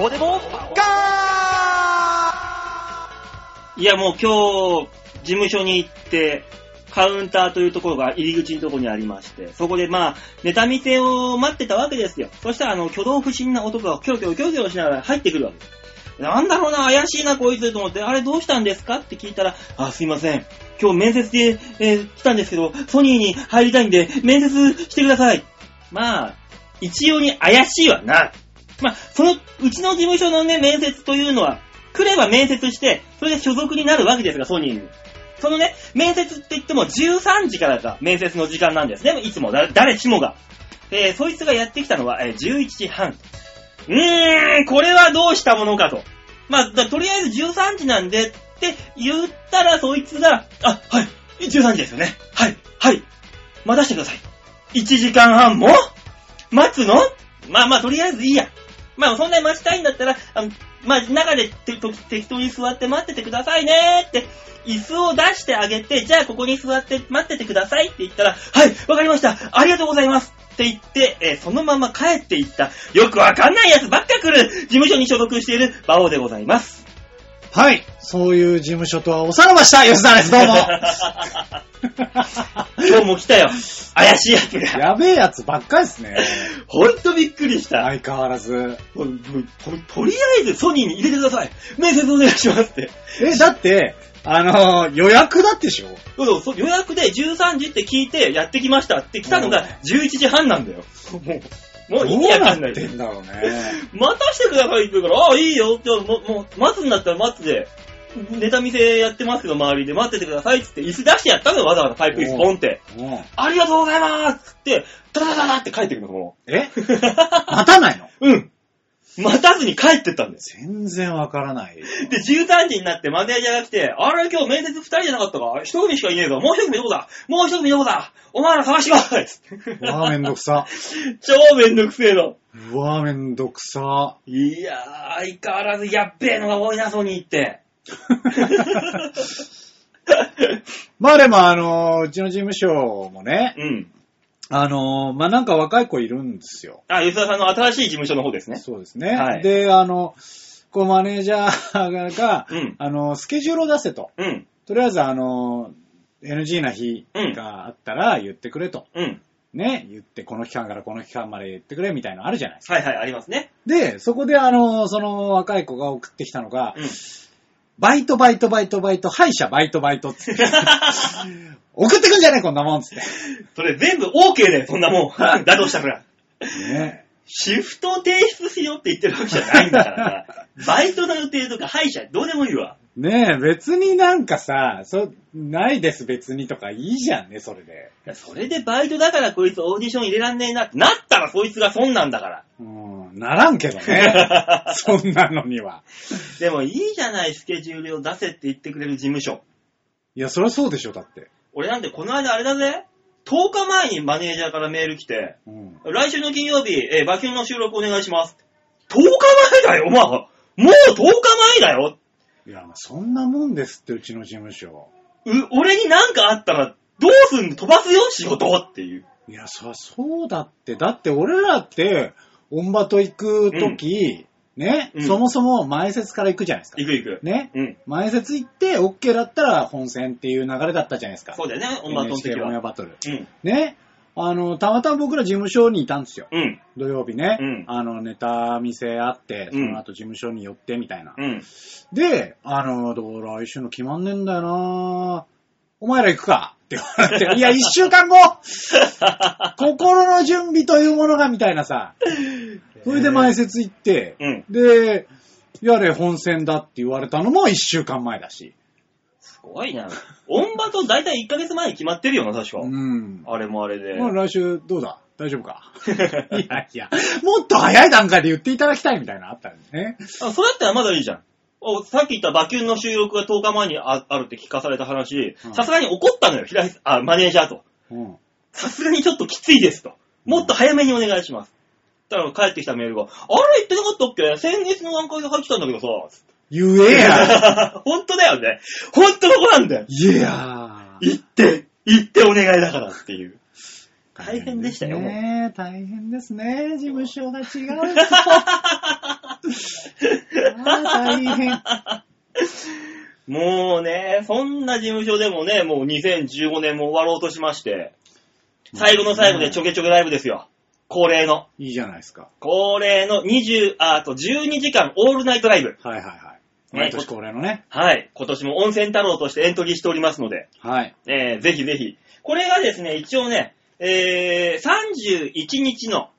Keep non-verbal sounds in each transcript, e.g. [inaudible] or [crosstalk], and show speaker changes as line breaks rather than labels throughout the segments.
オデモ
いや、もう今日、事務所に行って、カウンターというところが入り口のところにありまして、そこでまあ、ネタ見せを待ってたわけですよ。そしたら、あの、挙動不審な男がキョロキョロキョロキョロしながら入ってくるわけです。なんだろうな、怪しいな、こいつと思って、あれどうしたんですかって聞いたら、あ、すいません。今日面接で、えー来たんですけど、ソニーに入りたいんで、面接してください。まあ、一様に怪しいわな。まあ、その、うちの事務所のね、面接というのは、来れば面接して、それで所属になるわけですが、ソニーに。そのね、面接って言っても13時からが面接の時間なんですね、いつも、だ誰しもが。えーそいつがやってきたのは、えー11時半。うーん、これはどうしたものかと。まあ、だとりあえず13時なんでって言ったら、そいつが、あ、はい、13時ですよね。はい、はい、待たせてください。1時間半も待つのまあまあ、とりあえずいいや。まあ、そんなに待ちたいんだったら、あのまあ、中でてと適当に座って待っててくださいねって、椅子を出してあげて、じゃあここに座って待っててくださいって言ったら、はい、わかりました、ありがとうございますって言って、えーそのまま帰っていった、よくわかんないやつばっか来る、事務所に所属している馬王でございます。
はい。そういう事務所とはおさらばした吉田です。どうも。
今日も来たよ、怪しいやつが。
[laughs] やべえやつばっかりですね。
ほんとびっくりした。
相変わらず。
もうもうととりあえずソニーに入れてください。面接お願いしますって。
え、だって、あのー予約だってしょ
そうそうそう予約で13時って聞いてやってきましたって来たのが11時半なんだよ。
も
も
う、
う
ど
意
う
味わ
な
か
っ
んない。
てんだろうね。
待たしてくださいって言うから、ああ、いいよって、もう、もう待つんだったら待つで、ネタ見せやってますけど、周りで待っててくださいって言って、椅子出してやったのよ、わざわざパイプ椅子ポンって。
もう
ありがとうございますって、ダダダダって帰ってくるの、も
[laughs] え
う。
待たないの
うん。待たずに帰ってったんです
全然わからない。
よ。で、13時になってマネージャーが来て、あれ今日面接2人じゃなかったか一組しかいねえぞ。もう一組どこだもう一組どこだお前ら探しろつって
うわーめんどくさ。
超めんどくせえの。
うわーめんどくさ。
いやー、相変わらずやっべえのが多いな、ソニーって。
まあでもあのーうちの事務所もね、
うん。
あのーまあなんか若い子いるんですよ。
あ、吉田さんの新しい事務所の方ですね。
そうですね。
はい
で、あの、こうマネージャーが、
うん
あの、スケジュールを出せと。
うん。
とりあえず、あの、NG な日があったら言ってくれと。
うん。
ね、言って、この期間からこの期間まで言ってくれみたいなのあるじゃないですか。
はいはい、ありますね。
で、そこで、あの、その若い子が送ってきたのが、
うん。
バイトバイトバイトバイト、歯医者バイトバイトっ
[laughs]
つって。送ってくんじゃねえ、こんなもんっつって。
それ全部 OK だよ、そんな [laughs] もん。だとしたら。
ね。
シフトを提出しようって言ってるわけじゃないんだから [laughs] さ。バイトの予定とか歯医者、どうでもいいわ。
ねえ、別になんかさ、そ、ないです別にとかいいじゃんね、それで。
それでバイトだからこいつオーディション入れらんねえなってなったらそいつが損なんだから。
うん、ならんけど
[laughs]
ね。そんなのには。
でもいいじゃない、スケジュールを出せって言ってくれる事務所。
いや、そりゃそうでしょ、だって。
俺なんてこの間あれだぜ。10日前にマネージャーからメール来て、
うん。
来週の金曜日、えー、馬券の収録お願いします。10日前だよ、まあ。もう10日前だよ。
いや、まあそんなもんですって、うちの事務所。
う、俺になんかあったら、どうすんの飛ばすよ、仕事っていう。
いや、そりゃそうだって。だって、俺らって、オンバト行くとき、ね、
うん
そもそも前説から行くじゃないですか。
行く行く。
ね。
うん。
前説行って、OK だったら本戦っていう流れだったじゃないですか。
そうだよね、音楽の時
NHK オンエア
は。
バトル。
うん。
ね。あの、たまたま僕ら事務所にいたんですよ。
うん。
土曜日ね。
うん
あの、ネタ見せあって、
う
そ
ん
の後事務所に寄ってみたいな。
うん。
で、あの、どう来週の決まんねえんだよなお前ら行くかって言われて、いや、一週間後心の準備というものが、みたいなさ。それで前説行って、
うん。
で、やれ本戦だって言われたのも一週間前だし。
す
[laughs]
ごいな。音場と大体1ヶ月前に決まってるよな、確か。
うん。
あれもあれで。
まあ来週どうだ大丈夫かいやいや、もっと早い段階で言っていただきたいみたいなのあったんですね。
あ、それだったらまだいいじゃん。おさっき言ったバキュンの収録が10日前にああるって聞かされた話
う、ん
さすがに怒ったのよ、平井さんあ、マネージャーと。
うん。
さすがにちょっときついですと。もっと早めにお願いします。たら帰ってきたメールが、あれ言ってなかったっけ先月の段階で入ってきたんだけどさ。
言え
[laughs]
や
本当だよね。本当の子なんだよ。
いや
言って、言ってお願いだからっていう。大変でしたよ、もう
[laughs] ねえ大変ですね。事務所が違う。あー大変。
もうね、そんな事務所でもね、もう2015年も終わろうとしまして、最後の最後でちょけちょけライブですよ。恒例の。
いいじゃないですか。
恒例の20、ああと12時間オールナイトライブ。
はいはいはい。毎年恒例のね。
はい。今年も温泉太郎としてエントリーしておりますので、
はい。
えー、ぜひぜひ。これがですね、一応ね、えー、31日の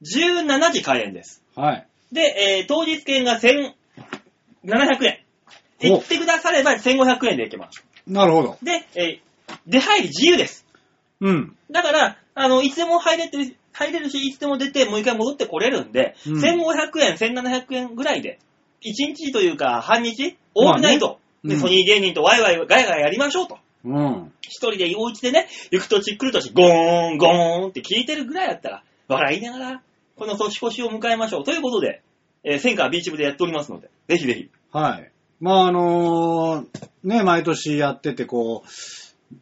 17時開演です。
はい。
で、えー、当日券が1700円。
お
行ってくだされば1500円で行けます。
なるほど。
で、えー出入り自由です。
うん。
だから、あの、いつでも入れて、入れるし、いつでも出て、もう一回戻ってこれるんで、
うん
1500円、1700円ぐらいで、1日というか、半日、オールナイト、
まあねう
で
ん
ソニー芸人とワイワイガヤガヤやりましょうと。
うん。
一人で、お家でね、行くとち来るとし、ゴーン、ゴーンって聞いてるぐらいだったら、笑いながら、この年越しを迎えましょう。ということで、えー、センカービーチ部でやっておりますので、ぜひぜひ。
はい。まああのーね、毎年やってて、こう、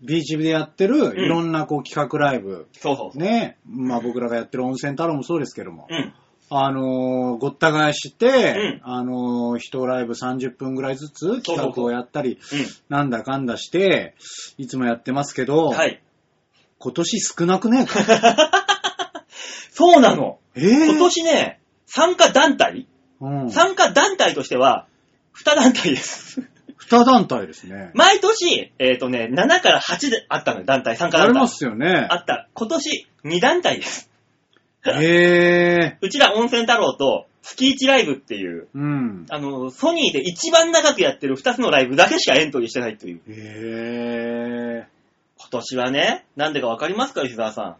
ビーチ部でやってる、いろんなこう企画ライブ、
そうそうそう。
ね、まあ僕らがやってる温泉太郎もそうですけども、
うん。
あのーごった返して
うん、
あのー一ライブ30分ぐらいずつ
そうそう
企画をやったり、
う
なんだかんだして、いつもやってますけど、
ん。はい。
今年少な
[laughs]
くねえか
そうなの。
えー
今年ね、参加団体
うん。
参加団体としては、2団体です。
二団体ですね。
毎年、えっ、とね、7から8であったのよ、団体、参加
あ
団
り
体。
ますよね
あ。った。今年、2団体です。
へえ。
うちら温泉太郎と、月1ライブっていう、
うん。
あの、ソニーで一番長くやってる2つのライブだけしかエントリーしてないという。
へえ。
今年はね、なんでかわかりますか、石沢さん。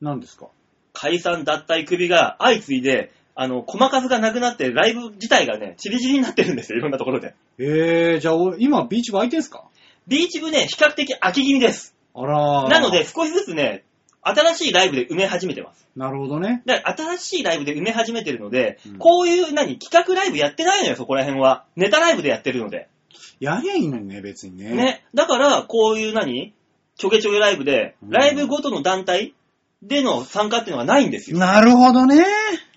何ですか
解散脱退首が相次いで、あの、細数がなくなって、ライブ自体がね、チリチリになってるんですよ、いろんなところで。
へえ。じゃあ、お今ビーチ部空いてんすか
ビーチ部ね、比較的空き気味です。
あらー
なので、。少しずつね、新しいライブで埋め始めてます。
なるほどね。
だから、新しいライブで埋め始めてるので、
うん
こういう、何、企画ライブやってないのよ、そこら辺は。ネタライブでやってるので。
やりゃいいのにね、別にね。
ね。だから、こういう何、ちょけちょけライブで、
うん
ライブごとの団体での参加っていうのがないんですよ。
なるほどね。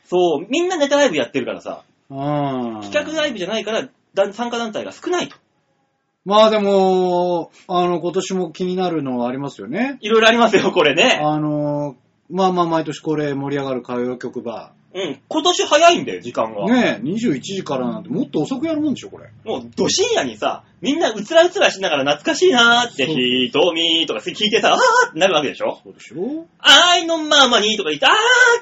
そう、みんなネタライブやってるからさ、
うん。
企画ライブじゃないから、だ参加団体が少ないと。
まあでも、あの、今年も気になるのはありますよね。
いろいろありますよ、これね。
あの、まあまあ毎年これ盛り上がる歌謡曲バ
うん。今年早いんだよ、時間が。
ー。ねえ、21時からなんてもっと遅くやるもんでしょ、これ。
もう、ど深夜にさ、みんなうつらうつらしながら懐かしいなーって、
そう
瞳とか聞いてさ、あーってなるわけでしょ
そうでしょ
愛のままにとか言って、あー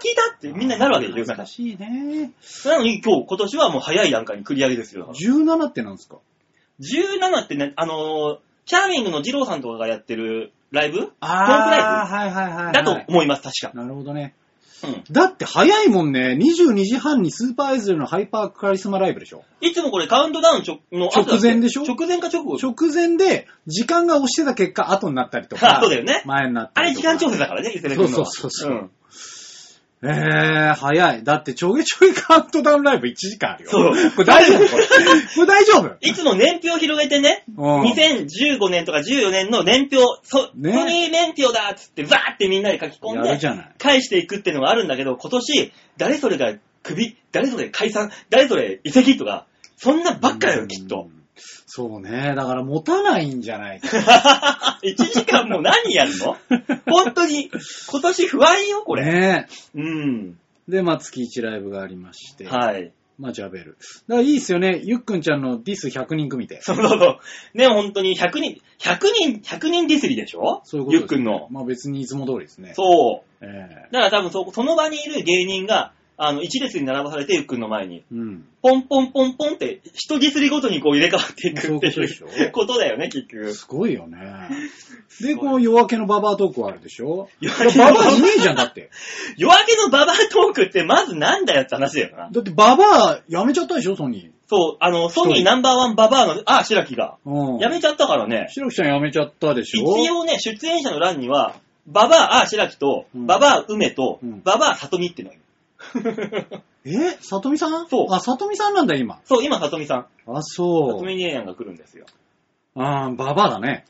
聞いたってみんななるわけでしょ
難しいね。
なのに今日、今年はもう早い段階に繰り上げですよ。
17ってなんですか
17ってね、あのー、チャーミングの二郎さんとかがやってるライブ
あー、はいはいはいはい。
だと思います、確か。
なるほどね。
うん。
だって早いもんね。22時半にスーパーアイズルのハイパーカリスマライブでしょ
いつもこれカウントダウンちょの後だっけ
直前でしょ
直前か直後。
直前で時間が押してた結果後になったりとか。
[laughs] そうだよね
前になった
あれ
りと
時
か。
間調整だからね、ゆせね君のは。
そうそうそうそうんえー、早い。だってちょげちょげカウントダウンライブ1時間あるよ。
そう
これ大丈
[laughs]
夫これ。これ大丈夫
いつも年表を広げてね、
うん
2015年とか14年の年表、そ、
ね
ソニー年表だっつって、ザーってみんなで書き込ん
やるじ
で、
ゃない。
返していくっていうのがあるんだけど、今年、誰それが首、誰それ解散、誰それ移籍とか、そんなばっかだ
う
よ、
ん
きっと。。
そうね。だから持たないんじゃないか。
1時間も何やるの
[laughs]
本当に、今年不安 [laughs] よ、これ。
ね
うん。
で、まあ月1ライブがありまして。
はい。
まあジャベル。だからいいっすよね。ゆっくんちゃんのディス100人組で。
そうそうそう。ね、本当に100人、100人、100人ディスリでしょ
そういうこと
ゆ
です
っくんの。
まあ別にいつも通りですね。
そう。
ええ
だから多分そ、その場にいる芸人が、あの、一列に並ばされて、ゆっくんの前に、
うん。
ポンポンポンポンって、一ディスりごとにこう入れ替わっていくって
そういうことで
い
し
う
ょ
ことだよね、結局。
すごいよ
[laughs]
ね。
ご
で、
い
この夜明けのババアトークはあるでし
[laughs]
ょ
夜明けの
ババアいねえじゃん、だって。
夜明けのババアトークって、まずなんだよって話だよな。
だってババアやめちゃったでしょ、ソニ
そう、あの、ソニー
そう
ナンバーワンババアの、あ、白木が。
ー。うん。
やめちゃったからね。
白木ちゃんやめちゃったでし
一
ょ
応ね、出演者の欄には、ババア、あ、白木と、
うん
ババア、梅と、
うん
ババア、里美ってのがいる。
えさとみさん
そう
あ、さとみさんなんだ、今。
そう、今、里美さん。
あ、そ
里
う。
美姉やんが来るんですよ。
あーババアだね。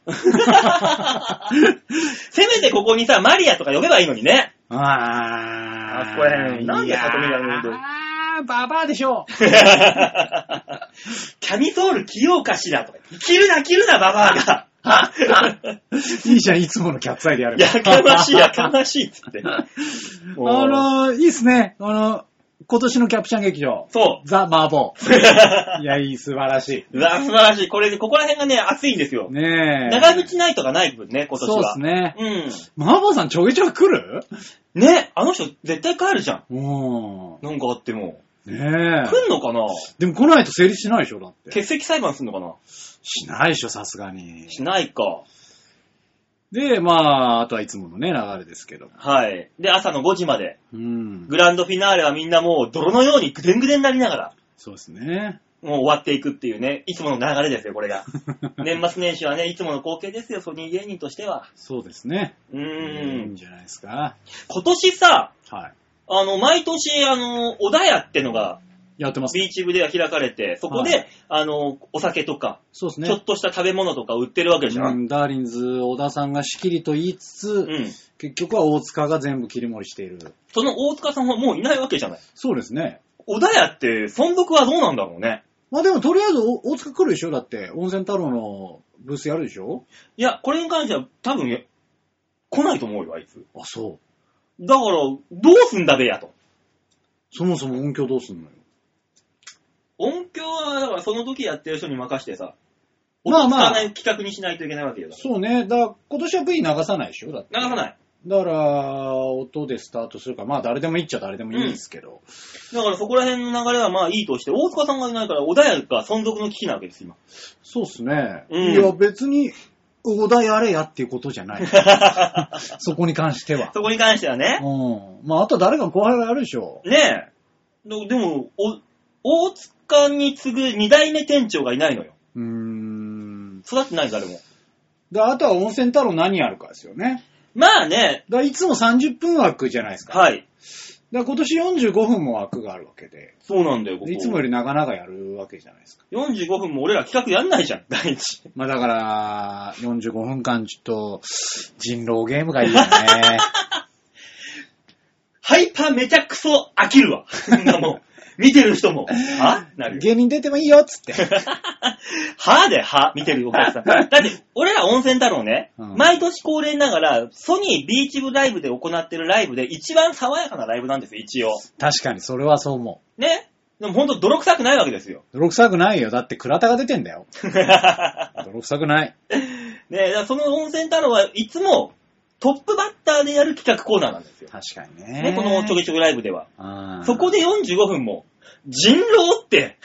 せめてここにさ、
[laughs]
マリアとか呼べばいいのにね。
あー。
あそこら辺なんで里見がいるの
いやーあ、ババアでしょ [laughs] う。
キャミソール着ようかしらとか。着るな、着るな、ババアが。
[laughs] いいじゃん、いつものキャッツアイでやる。
やかましい、やかましいっつっ
[laughs]
て。
あの、いいっすね。あの、今年のキャプチャン劇場。
そ
ザ・マーボ
う。う [laughs]
ー。いや、いい、素晴らし
わ、素晴らしい。これで、ここら辺がね、熱いんですよ
い。。ねえ。
長渕ナイトがない分ね、今年
そうで
は。
すね。
ね。
マーボーさんちょげちょげ来る
うん。ね、あの人絶対帰るじゃん。
うん。
なんかあっても。
ねえ。
来んのかな
でも来ないと成立しないでしょ、だって。
欠席裁判すんのかな
しないでしょ、さすがに。
しないか。
で、まあ、あとはいつものね、流れですけど。
はい。で、朝の5時まで。
うん。
グランドフィナーレはみんなもう泥のようにぐでんぐでんになりながら、
そうですね。
もう終わっていくっていうね、いつもの流れですよ、
[laughs]
これが。年末年始はね、いつもの光景ですよ、ソニー芸人としては。
そうですね。
うー
いいん
ん。
じゃないですか。
今年さ、
はい。
あの、毎年、あの、小田屋ってのが、
やってます。
ビーチ部では開かれて、そこで、
は
あの、お酒とか、
そうですね。
ちょっとした食べ物とか売ってるわけじゃ。
うんん、ダーリンズ、小田さんがしきりと言いつつ、
うん。
結局は大塚が全部切り盛りしている。
その大塚さんはもういないわけじゃない。
そうですね。
小田屋って、存続はどうなんだろうね。
まあでもとりあえずお大塚来るでしょだって、温泉太郎のブースやるでしょ
いや、これに関しては多分、来ないと思うよ、あいつ。
あ、そう。
だから、どうすんだべやと。
そもそも音響どうすんのよ。
音響は、だからその時やってる人に任してさ、
まあ
音
まあ
使わない企画にしないといけないわけよ。だか
そうね。だから今年は V 流さないでしょだって。
ら流さない。
だから、音でスタートするから、まあ誰でもいいっちゃ誰でもいいですけど。
だからそこら辺の流れはまあいいとして、大塚さんがいないから、小田屋が存続の危機なわけです、今。
そうっすね。
うん
いや、別に、小田やれやっていうことじゃない。
[laughs]
そこに関しては。
そこに関してはね。
うん。まあ、あとは誰か後輩がやるでしょ。
ねえ。ででも、お大塚に次ぐ二代目店長がいないのよ。
うーん。
育ってない誰も。
で、あとは温泉太郎何やるかですよね。
まあね、
だいつも30分枠じゃないですか。
はい。
だ今年45分も枠があるわけで、
そうなんだよ、ここ。
いつもより長々やるわけじゃないですか。
45分も俺ら企画やんないじゃん、第一。
まあだから、45分間ちょっと、人狼ゲームがいいよね。
ハイパーめちゃくそ飽きるわ。みん
[laughs]
なもう。見てる人も。はなるよ。
芸人出てもいいよっつって。 [laughs]
はで、は見てるお客さん。だって、俺ら温泉太郎ね、
うん
毎年恒例ながら、ソニービーチ部ライブで行ってるライブで、一番爽やかなライブなんですよ、一応。
確かに、それはそう思
ねでもほんと泥臭くないわけですよ。
う。泥臭くないよ。だって倉田が出てんだよ。
[laughs]
泥臭くない。
ねだからその温泉太郎はいつも、トップバッターでやる企画コーナーなんですよ。
確かにね。
ね、このちょげちょげライブでは。
あー
そこで45分も、人
[laughs]
狼って、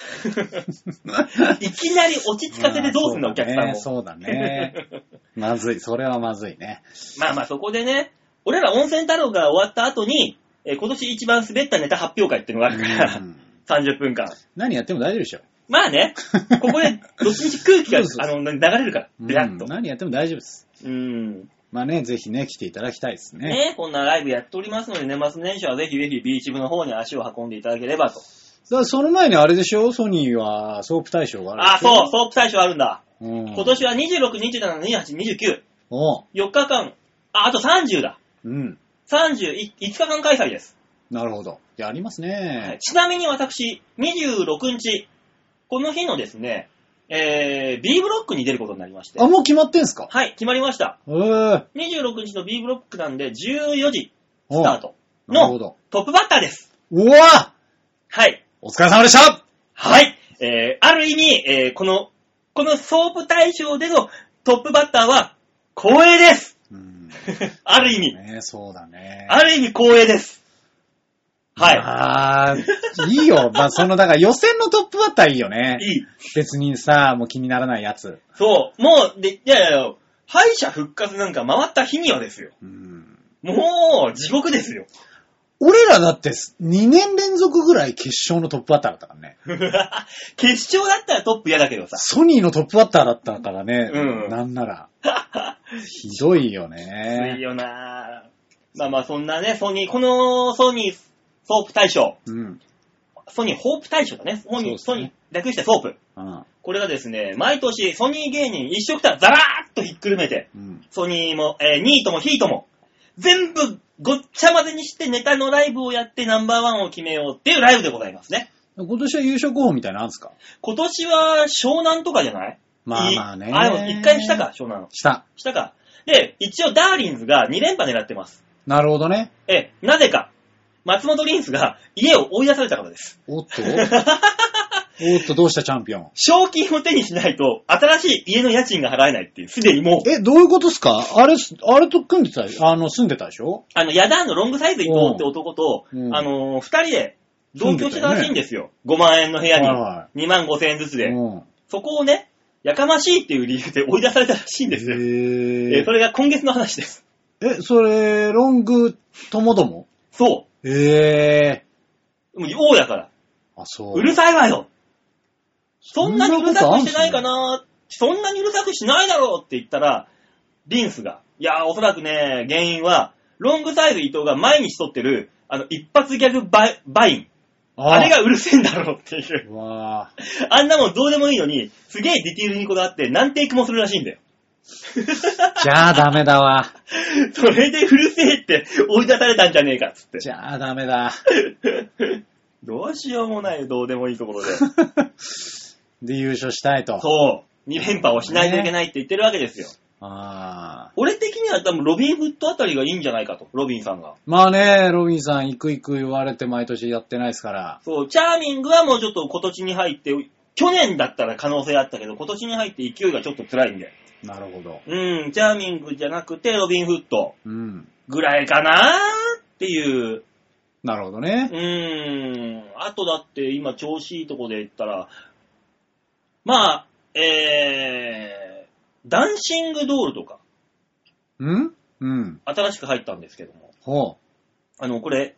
いきなり落ち着かせてどうすんだ、
まあ
お客さんも。
そうだね。そうだね
[laughs]
まずい。それはまずいね。
まあまあそこでね、俺ら温泉太郎が終わった後に、えー今年一番滑ったネタ発表会っていうのがあるから、
うん
30分間。
何やっても大丈夫でしょ。
まあね、ここでどっちみち空気が
そうそう
あの流れるから、
うん
ビラッと。
何やっても大丈夫です。
うん。
まあね、ぜひね、来ていただきたいですね。
ねこんなライブやっておりますので、年末年始はぜひぜひビーチ部の方に足を運んでいただければと。
だからその前にあれでしょソニーはソープ大賞が
あ
あ
あ、
るでしょ
そう、ソープ大賞あるんだ。
うん。
今年は26、27、28、29。
おう
4日間、あ、あと30だ。
うん。
30、い5日間開催です。
なるほど。やります
はい
ね。
ちなみに私、26日、この日のですね、えー、B ブロックに出ることになりまして。
あ、もう決まってんすか
はい、決まりました。
えー、
26日の B ブロックなんで、14時
お
ス
う
タート
なるほ
の
ど。
トップバッターです。
うわ
はい。
お疲れ様でした
はい。えー、ある意味、えー、この、このソープ大賞でのトップバッターは、光栄です。 [laughs]
うん。
ある意味、 [laughs]
ねそうだね。
ある意味光栄です。は
あーいいよ。まあ、その、だから予選のトップバッターいいよね
い。。いい。
別にさ、もう気にならないやつ。
そう。もう、で、いやいやいや、敗者復活なんか回った日にはですよ。
うん。
もう、地獄ですよ。
俺らだって2年連続ぐらい決勝のトップバッターだったからね。
決勝だったらトップ嫌だけどさ。
ソニーのトップバッターだったからね。
うん
なんな
[laughs]
ら。ひどいよ
いい
ね。
よなぁ。まあまあ、そんなね、ソニー、このソニー、ソープ大賞、
うん。
ソニーホープ大賞だね。ソニー、
そう
ソ
ですね
ニー、略してソープ。
うん。
これがですね、毎年ソニー芸人一色たらザラーっとひっくるめて、
うん。
ソニーも、えーニートもヒートも、全部ごっちゃ混ぜにしてネタのライブをやってナンバーワンを決めようっていうライブでございますね。
今年は優勝候補みたいなのあるんですか
今年は湘南とかじゃない
まあまあね
いあ、でも一回したか、湘南。
した。
したか。で、一応ダーリンズが2連覇狙ってます。
なるほどね。
ええ、なぜか、松本リンスが家を追い出されたからです。
おっ
[laughs]
とおっと、どうしたチャンピオン。
賞金を手にしないと、新しい家の家賃が払えないっていう、すでにもう、
え、どういうことっすかあれ、あれと組んでた、あの、住んでたでしょ
あの、ヤダーンのロングサイズ伊藤って男と、
うんうん
あのー二人で同居してたらしいんですよ。5万円の部屋に
はいは
2万5千円ずつで。
うん。
そこをね、やかましいっていう理由で追い出されたらしいんですよ。え
え
ーそれが今月の話です。
え、それ、ロングともども
そ
ええ
う。もう王だから。
あ、そう。
うるさいわよ。そ
そ
ん
ん
な
な
に
こと
うるさくしてないかなそんなにうるさくしないだろうって言ったら、リンスが。いやー、おそらくね、原因は、ロングサイズ伊藤が毎日撮ってる、あの、一発ギャグバイバイン。あ [laughs] れがうるせえんだろうっていう。 [laughs]
うわあ
あんなもんどうでもいいのに、すげえディティールにこだわって何テイクもするらしいんだよ。 [laughs]
じゃあダメだわ。
それでうるせえって追い出されたんじゃねえかっつって。
じゃあダメだ。
どうしようもないどうでもいいところで。
で、優勝したいと。
そう。2連覇をしないといけないって言ってるわけですよ。
ああ。
俺的には多分ロビンフットあたりがいいんじゃないかと、ロビンさんが。
まあね、ロビンさん、行く行く言われて毎年やってないですから。
そう、チャーミングはもうちょっと今年に入って、去年だったら可能性あったけど、今年に入って勢いがちょっと辛いんで。
なるほど。
うん、チャーミングじゃなくてロビンフット
うん。
ぐらいかなーっていう。
なるほどね。
うーん、あとだって今調子いいとこで言ったら、まあ、えー、ダンシングドールとか、
うんうん。
新しく入ったんですけども、
ほ
あの、これ、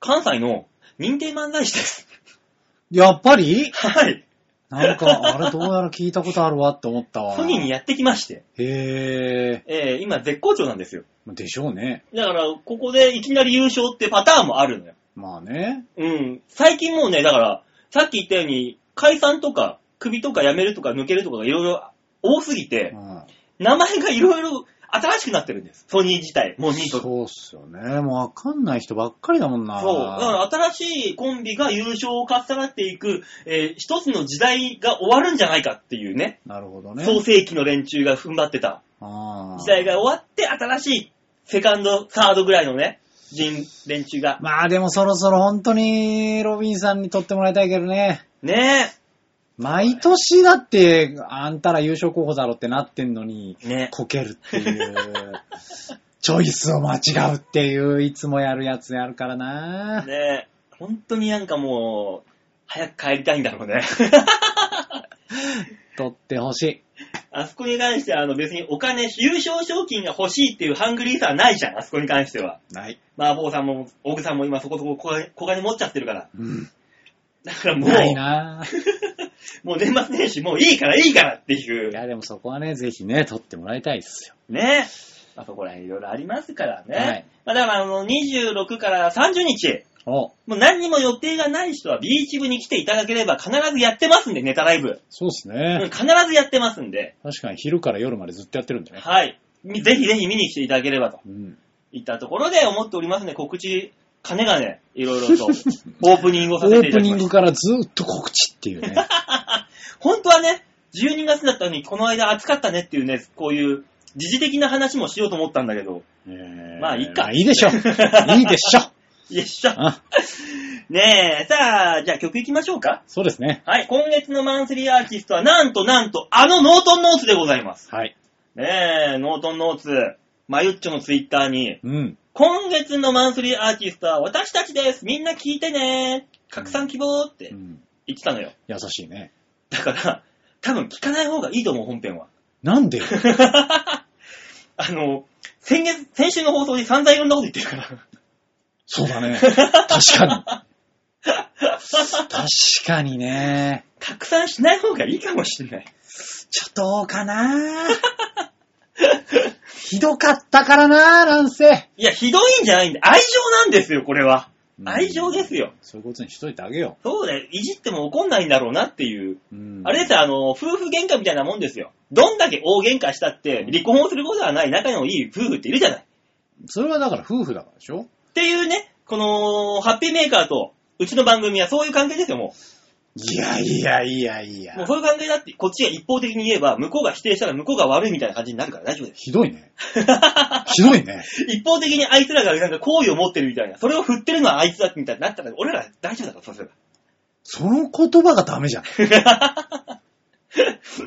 関西の認定漫才師です。 [laughs]
う。やっぱり
はい。
なんか、あれどうやら聞いたことあるわって思ったわ。
ソニーにやってきまして、
へえ。
えー、今絶好調なんですよ。
でしょうね。
だから、ここでいきなり優勝ってパターンもあるのよ。
まあね。
うん。最近もうね、だから、さっき言ったように、解散とか、首とか辞めるとか抜けるとかがいろいろ多すぎて
う、ん。
名前がいろいろ新しくなってるんです。ソニー自体。もうニートそう。
そうっすよね。もうわかんない人ばっかりだもんな。
だから新しいコンビが優勝をかっさらっていく、えー一つの時代が終わるんじゃないかっていうね。
なるほどね。
創世紀の連中が踏ん張ってた
あー
時代が終わって、新しいセカンド、サードぐらいのね、人、連中が。
まあでもそろそろ本当にロビンさんに取ってもらいたいけどね。
ね
毎年だって、あんたら優勝候補だろってなってんのに、
え。ね
こけるっていう。
[laughs]
チョイスを間違うっていう、いつもやるやつやるからな。
え。ねえ。本当になんかもう、早く帰りたいんだろうね。 [laughs]
取ってほしい。
あそこに関しては、あの別にお金、優勝賞金が欲しいっていうハングリーさはないじゃん、あそこに関しては。
ない。
まあ、坊さんも、オグさんも今そこそこ小金小金持っちゃってるから。
うん。
だからもう、
ないな。
もう年末年始もういいからいいからってい。
いうや、でもそこはね、ぜひね、取ってもらいたいですよ。
ね。あそこら辺いろいろありますからね。
はい
まあ、だからあの、26から30日、
お、
もう何にも予定がない人はビーチ部に来ていただければ必ずやってますんで、ネタライブ。
そうです
うん
ね。
必ずやってますんで、
確かに昼から夜までずっとやってるんでね。
はい。みぜひぜひ見に来ていただければと
うん。
いったところで思っておりますね。告知、金がね、いろいろ
[laughs]
とオープニング
オ
をさせて
ー
いた
プニ
だきま
ン
し
グ
た。
からずっと告知っていうね。
本当はね、12月だったのにこの間暑かったねっていうね、こういう時事的な話もしようと思ったんだけど、ま
ま
あいいか
いいでしょ。いいでしょ。
よっしょ。
あ、
[laughs] ねえ、さあ、じゃあ曲行きましょうか。
そうですね。
はい、今月のマンスリーアーティストは、なんとなんと、あのノートンノーツでございます。
はい。
ねえ、ノートンノーツ、マユッチョのツイッターに、
うん。
今月のマンスリーアーティストは私たちですみんな聞いてね拡散希望って
うん
言ってたのよ。
優しいね。
だから、多分聞かない方がいいと思う、本編は。
なんでよ
あの、先月、先週の放送で散々いろんなこと言ってるから。
そうだね。確かに。確かにね。
拡散しない方がいいかもしれない。
ちょっとどうかなひどかったからななんせ。。
いや、ひどいんじゃないんで、愛情なんですよ、これは。愛情ですすよ。
そういうことにしといてあげよ
そうだよ、いじっても怒んないんだろうなってい
う。
う。
うん
あれですよあの、夫婦喧嘩みたいなもんですよ。どんだけ大喧嘩したって、離婚をすることはない仲のいい夫婦っているじゃない。
それはだから夫婦だからでしょ
っていうね、この、ハッピーメーカーと、うちの番組はそういう関係ですよ、も
いやいやいやいや
う。もうそういう関係だって、こっちが一方的に言えば、向こうが否定したら向こうが悪いみたいな感じになるから大丈夫です。
ひどいね。ひどいね。
一方的にあいつらがなんか好意を持ってるみたいな、それを振ってるのはあいつだみたいになったら、俺ら大丈夫だから、そうすれば。
その言葉がダ [laughs] メじゃん。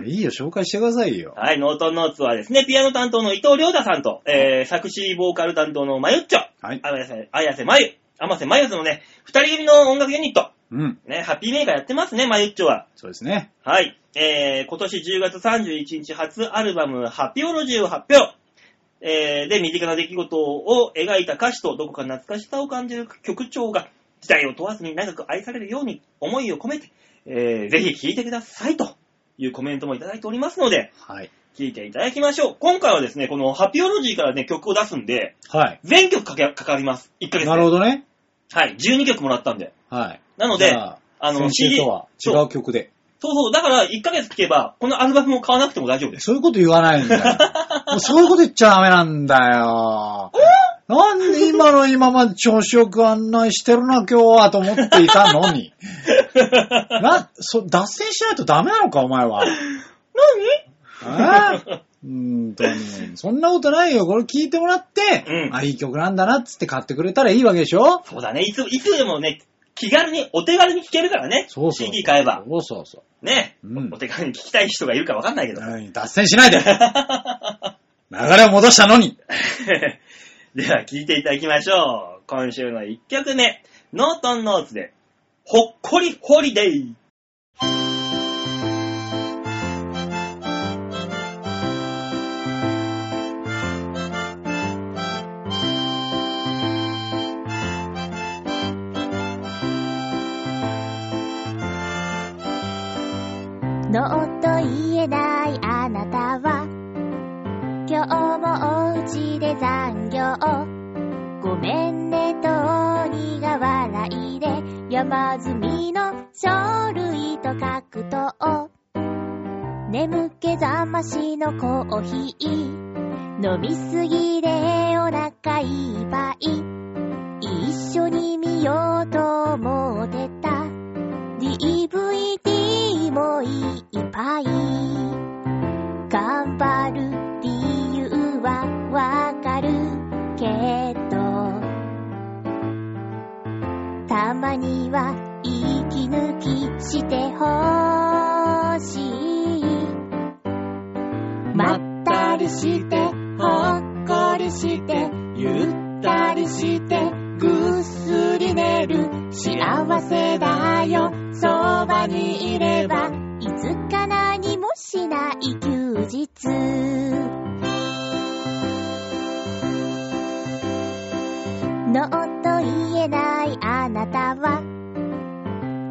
いいよ、紹介してくださいよ。
はい、ノートンノーツはですね、ピアノ担当の伊藤亮太さんと、えー、作詞ボーカル担当のマユッチョ、
はい。
綾瀬、綾瀬まゆ、甘瀬まゆずのね、二人組の音楽ユニット、
うん。
ね、ハッピーメーカーやってますね、マユッチョは。
そうですね。
はい。えー、今年10月31日初アルバム、ハピオロジーを発表。えー、で、身近な出来事を描いた歌詞と、どこか懐かしさを感じる曲調が、時代を問わずに長く愛されるように思いを込めて、えー、ぜひ聴いてくださいというコメントもいただいておりますので、
はい。
聴いていただきましょう。今回はですね、このハピオロジーからね、曲を出すんで、
はい。
全曲かけかかります。1ヶ月で。
なるほどね。
はい、12曲もらったんで。
はい。
なので
じゃ、あ、
あの、
先
CD、
週と
そう
は違う曲で。
そうそう、だから1ヶ月聴けば、このアルバムを買わなくても大丈夫です
そういうこと言わないんだ
[laughs]
よ。もうそういうこと言っちゃダメなんだよ。なんで今の今まで調子よく案内してるな、今日は、と思っていたの
[laughs]
に。な、そ、脱線しないとダメなのか、お前は。何えうんとに。そんなことないよ。これ聞いてもらって、
うん
あ、いい曲なんだな、っつって買ってくれたらいいわけでしょ
そうだね。いつ、いつでもね、気軽に、お手軽に聴けるからね。
そうそう。
CD 買えば。。
そうそうそ
ね、
うん
お手軽に聴きたい人がいるか分かんないけ
う
ど。
うん。脱線しないで。流れを戻したのに。
[laughs] では、聴いていただきましょう。今週の1曲目。ノートンノーツで、ほっこりホリデイ。
ノーと言えないあなたは今日もお家で残業ごめんねと苦笑いで山積みの書類と格闘眠気覚ましのコーヒー飲みすぎでお腹いっぱい一緒に見ようと思ってた DVD もいっぱい頑張る理由はわかるけどたまには息抜きしてほしいまったりしてほっこりしてゆったりしてぐっすり寝る幸せだよそばにいればいつか何もしない休日ノーと言えないあなたは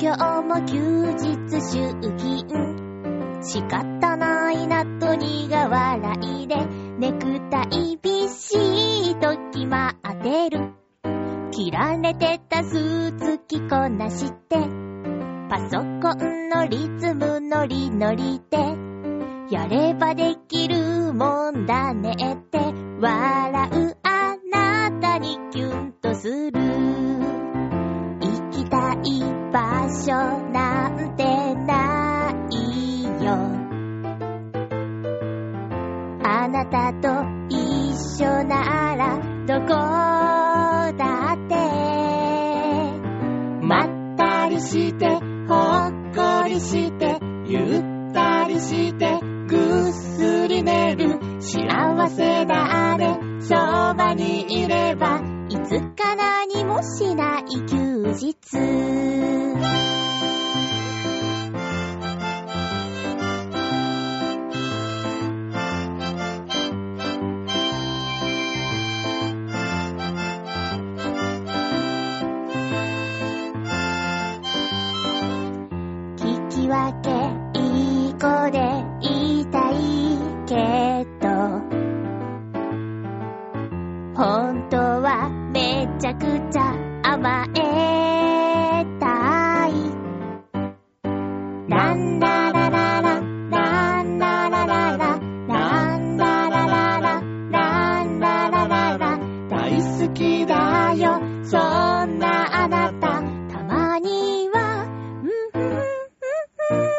今日も休日出勤仕方ないなと苦笑いでネクタイびっしりと決まってる切られてたスーツ着こなしてパソコンのリズムノリノリでやればできるもんだねって笑うあなたにキュンとする行きたい場所なんてないよあなたと一緒ならどこだってまったりしてほっこりしてゆったりしてぐっすり寝る幸せだねそばにいればいつか何もしない休日聞き分けいい子でいたいけど本当はめちゃくちゃ甘えたいなんだらららなんだらららなんだらららなんだらららだ好きだよそんなあなたたまにはうんうんうんうん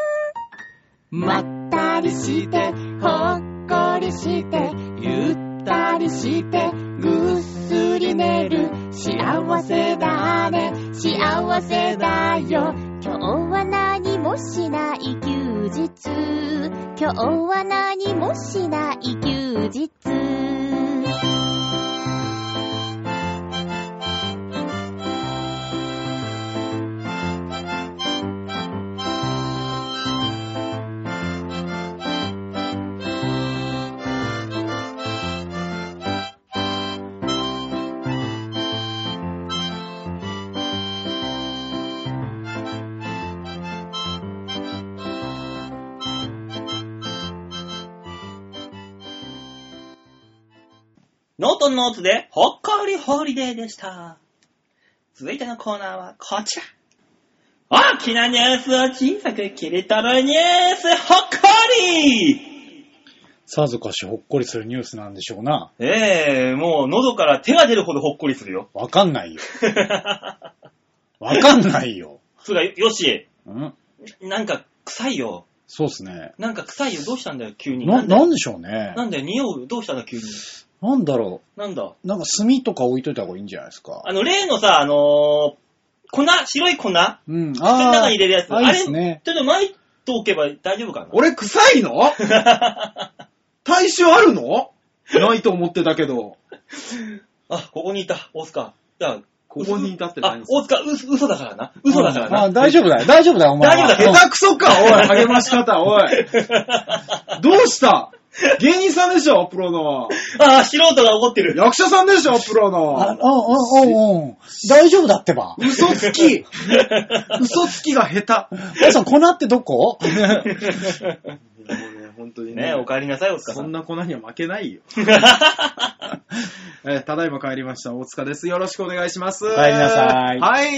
まったりしてほっこりしてゆったりしてぐっすり寝る幸せだね幸せだよ今日は何もしない休日今日は何もしない休日
ノートンノーツで、ほっこりホリデーでした。続いてのコーナーはこちら。大きなニュースを小さく切り取るニュースほっこり
さぞかしほっこりするニュースなんでしょうな。
ええもう喉から手が出るほどほっこりするよ。
わかん
[laughs]
ないよ。わかんないよ。
それが、よし、
うん
なんか臭いよ。
そうっすね。
なんか臭いよ。どうしたんだよ、急に。
な、
んだよ
なんでしょうね。
なんだよ、匂うよ。どうしたんだ、急に。
なんだろ
なんだ。
う。なんか炭とか置いといた方がいいんじゃないですか。
あの、例のさ、あのー粉、白い粉、口の
うん。あー
中に入れるやつ。
あ
あ
いいで
れ、
すね。
ちょっと巻いておけば大丈夫かな。
俺臭い
[laughs]
の対象あるのないと思ってたけど、
あ、ここにいた、大塚。じゃあ、
ここに至ってない
あ
んで、すよ
大塚、う嘘だからな。嘘だから
あ
な。
ー大丈夫だよ。大丈夫だよ、お前は。
大丈夫だ
うん
下手くそか、おい、励まし方、おい。どうした芸人さんでしょ、プロの。
ああ、素人が怒ってる。
役者さんでしょ、プロ
あ、
の。
あ、あ、あ、あ、大丈夫だってば。
嘘つ
[laughs]
き。嘘つきが下手。
お母さん、粉ってどこ
もうね、本当に
ね
ね
え、お帰りなさい、大塚さ
そん
ん。
な粉には負けないよ。えーただいま帰りました、大塚です。よろしくお願いします。帰
りなさい
はい。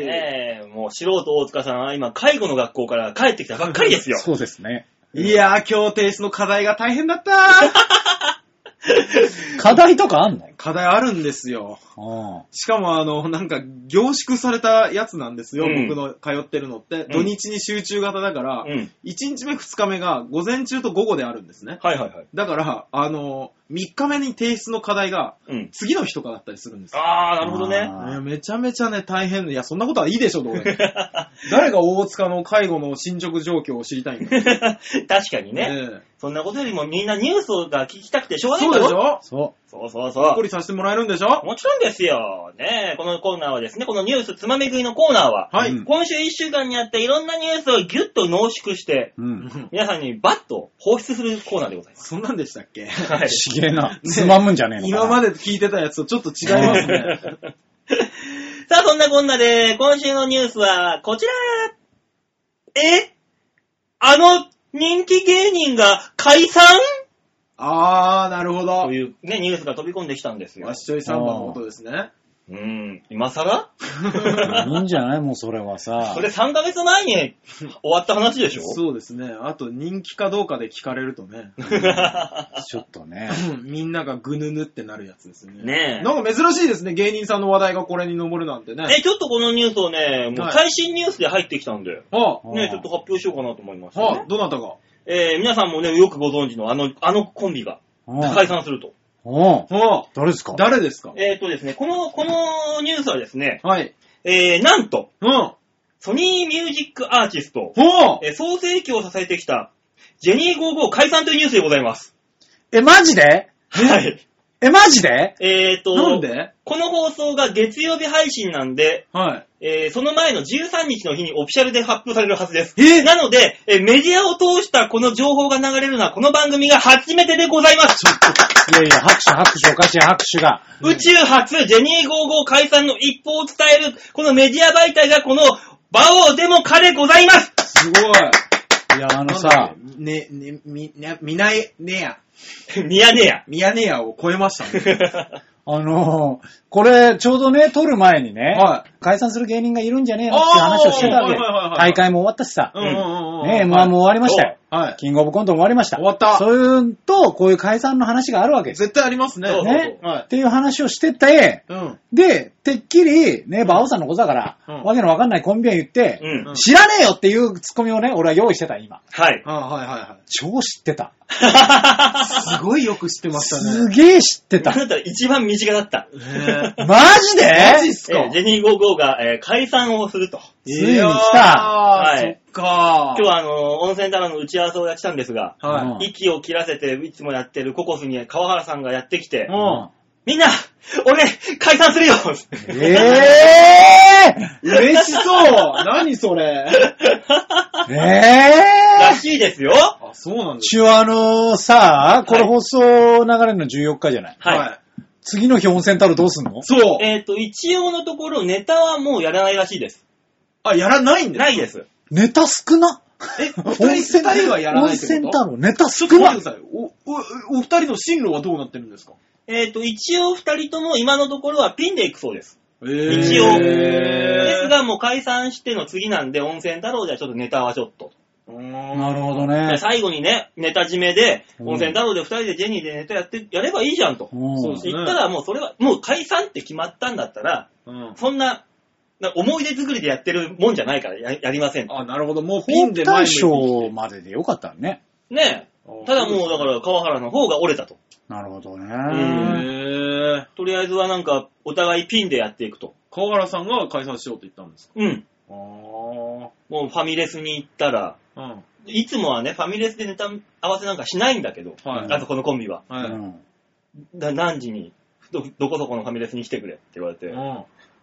ねえ、もう素人大塚さんは今、介護の学校から帰ってきたばっかりですよ。
そうですね。
いやー、今日提出の課題が大変だったー
課題とかあんの
課題あるんですよ。
あ
しかも、あの、なんか、凝縮されたやつなんですよ、
うん
僕の通ってるのって。土日に集中型だから、
うん。
1日目、2日目が午前中と午後であるんですね。
はいはいはい。
だから、あの、3日目に提出の課題が、
うん。
次の日とかだったりするんですよ。
ああ、なるほどね。
あ
いやめちゃめちゃね、大変で。いや、そんなことはいいでしょ、どうでも
[laughs]
誰が大塚の介護の進捗状況を知りた
[laughs]
いんだ
確かにね。
ええ
そんなことよりもみんなニュースが聞きたくてしょうがない
そ
ん
う
だ
でし
ろ
ょ
あ。そ
そうそう
ほっ
そ
こりさせてもらえるんでしょ
う。もちろんですよ。ねえ、このコーナーはですね、このニュースつまみ食いのコーナーは、
はい。
うん
今週1週間にあったいろんなニュースをギュッと濃縮して、
う。うん。
皆さんにバッと放出するコーナーでございます。
[laughs] そんなんでしたっけ
はい。
ちげえな。つまむんじゃねえのかな。
今まで聞いてたやつとちょっと違います
[laughs]
ね。
さあ、そんなこんなで、今週のニュースはこちらえあの人気芸人が解散
あー、なるほど
と。いうね、ニュースが飛び込んできたんですよ
わっ。しょいサンバのことですね。
うーん、今更
いいんじゃないもうそれはさ
そ。れ3ヶ月前に終わった話でしょ
そうですね。あと人気かどうかで聞かれるとね、
ちょっとね。
[laughs] みんながぐぬぬってなるやつですね。
ね
なんか珍しいですね。芸人さんの話題がこれに上るなんて
え。
ね。
え、ちょっとこのニュースをね、もう
はい
最新ニュースで入ってきたんで、
は
あ
ね、ちょっと発表しようかなと思いました、
あ、はあ
ね、。
どなたが
えー皆さんもね、よくご存知のあの、あのコンビが
うん
解散すると。
うん
はあ。
誰ですか
誰ですか
えっ、とですね、この、このニュースはですね、
はい。
えーなんと、
うん。は
ソニーミュージックアーティスト、
あ。
えー創世記を支えてきた、ジェニー55解散というニュースでございます。
え、マジで
はい。
え、マジで
えっ、と、
なんで
この放送が月曜日配信なんで、
はい。
えーその前の13日の日にオフィシャルで発表されるはずです。
え
なので、えーメディアを通したこの情報が流れるのはこの番組が初めてでございます。
いやいや、拍手拍手おかしい拍手が。
宇宙初ジェニー55解散の一報を伝える、このメディア媒体がこの、馬王でも彼ございます [laughs]
すごい。
いや、あ
あ
のさ、、
ね、ね、み、ね、みない、ねや、
ミヤネ屋。
みやねやを超えました
[laughs]
ね。
あのー、これ、ちょうどね、撮る前にね、
は
解散する芸人がいるんじゃねえのっていう話をしてたわけ
あーはいはいはいは。い
大会も終わったしさ。
うんうんうんうん。
ねえ、まあもう終わりましたよ。
はい。
キングオブコントも終わりました。
終わった
そういうと、こういう解散の話があるわけです。
絶対ありますね。
そうそう
ね。
はい
っていう話をしてて、
うん。
で、てっきり、ね、バオさんのことだから、
うん
わけのわかんないコンビ名言って、
[laughs] うん。
知らねえよっていうツッコミをね、俺は用意してた、今。
はい。
あはいはいは
超知ってた。
[laughs]
い。すごいよく知ってました
す
ね。
げえ知ってた
[laughs]
なん。だったら一番身近だった。
ねえ
マジで
マジっ
[laughs]
す
え
か
ージェニー55が、えー解散をすると。
ついに来た
やー
はい
そっか
今日はあの、温泉太郎の打ち合わせをやってたんですが、
は
うん
い。
息を切らせていつもやってるココスに川原さんがやってきて、
も
みんな俺解散するよ
え
う、嬉しそう何それ
ええ
[laughs] らしいですよ
あ、そうなんです
一応あのさあ、これ
はい
放送流れの14日じゃない、
はい。
次の日温泉太郎どうすんの
そう。
えっ、と、一応のところネタはもうやらないらしいです。
あ、やらないんだ。
ないです。
ネタ少な
え、お二人二人はやらないってこと
温泉太郎ネタ
ち
少
ょっと
な
待ってください。お、お、お二人の進路はどうなってるんですか
えっ、と、一応二人とも今のところはピンで行くそうです。
一
応で
です
が、もう解散しての次なんで、温泉太郎じゃちょっとネタはちょっと。
な
な
るほど
で
ね。
最後にね、ネタ締めで、
うん
温泉太郎で二人でジェニーでネタやって、やればいいじゃんと。
うん
そうですね
言ったらもうそれは、もう解散って決まったんだったら、
うん。
そんな、な思い出作りでやってるもんじゃないからややりませんと。
あ、なるほど。もうピ
本
ンで前向
大
いて
賞まででよかったね。
ねえ。ただもうだから川原の方が折れたと。
なるほどね。
ん
へー。
とりあえずはなんか、お互いピンでやっていくと。
川原さんが解散しようって言ったんですか
うん。
あー。
もうファミレスに行ったら、
うん。
いつもはね、ファミレスでネタ合わせなんかしないんだけど、
はい
あとこのコンビは。
う
はい。うん。
ん
だ何時にど、どこそこのファミレスに来てくれって言われて、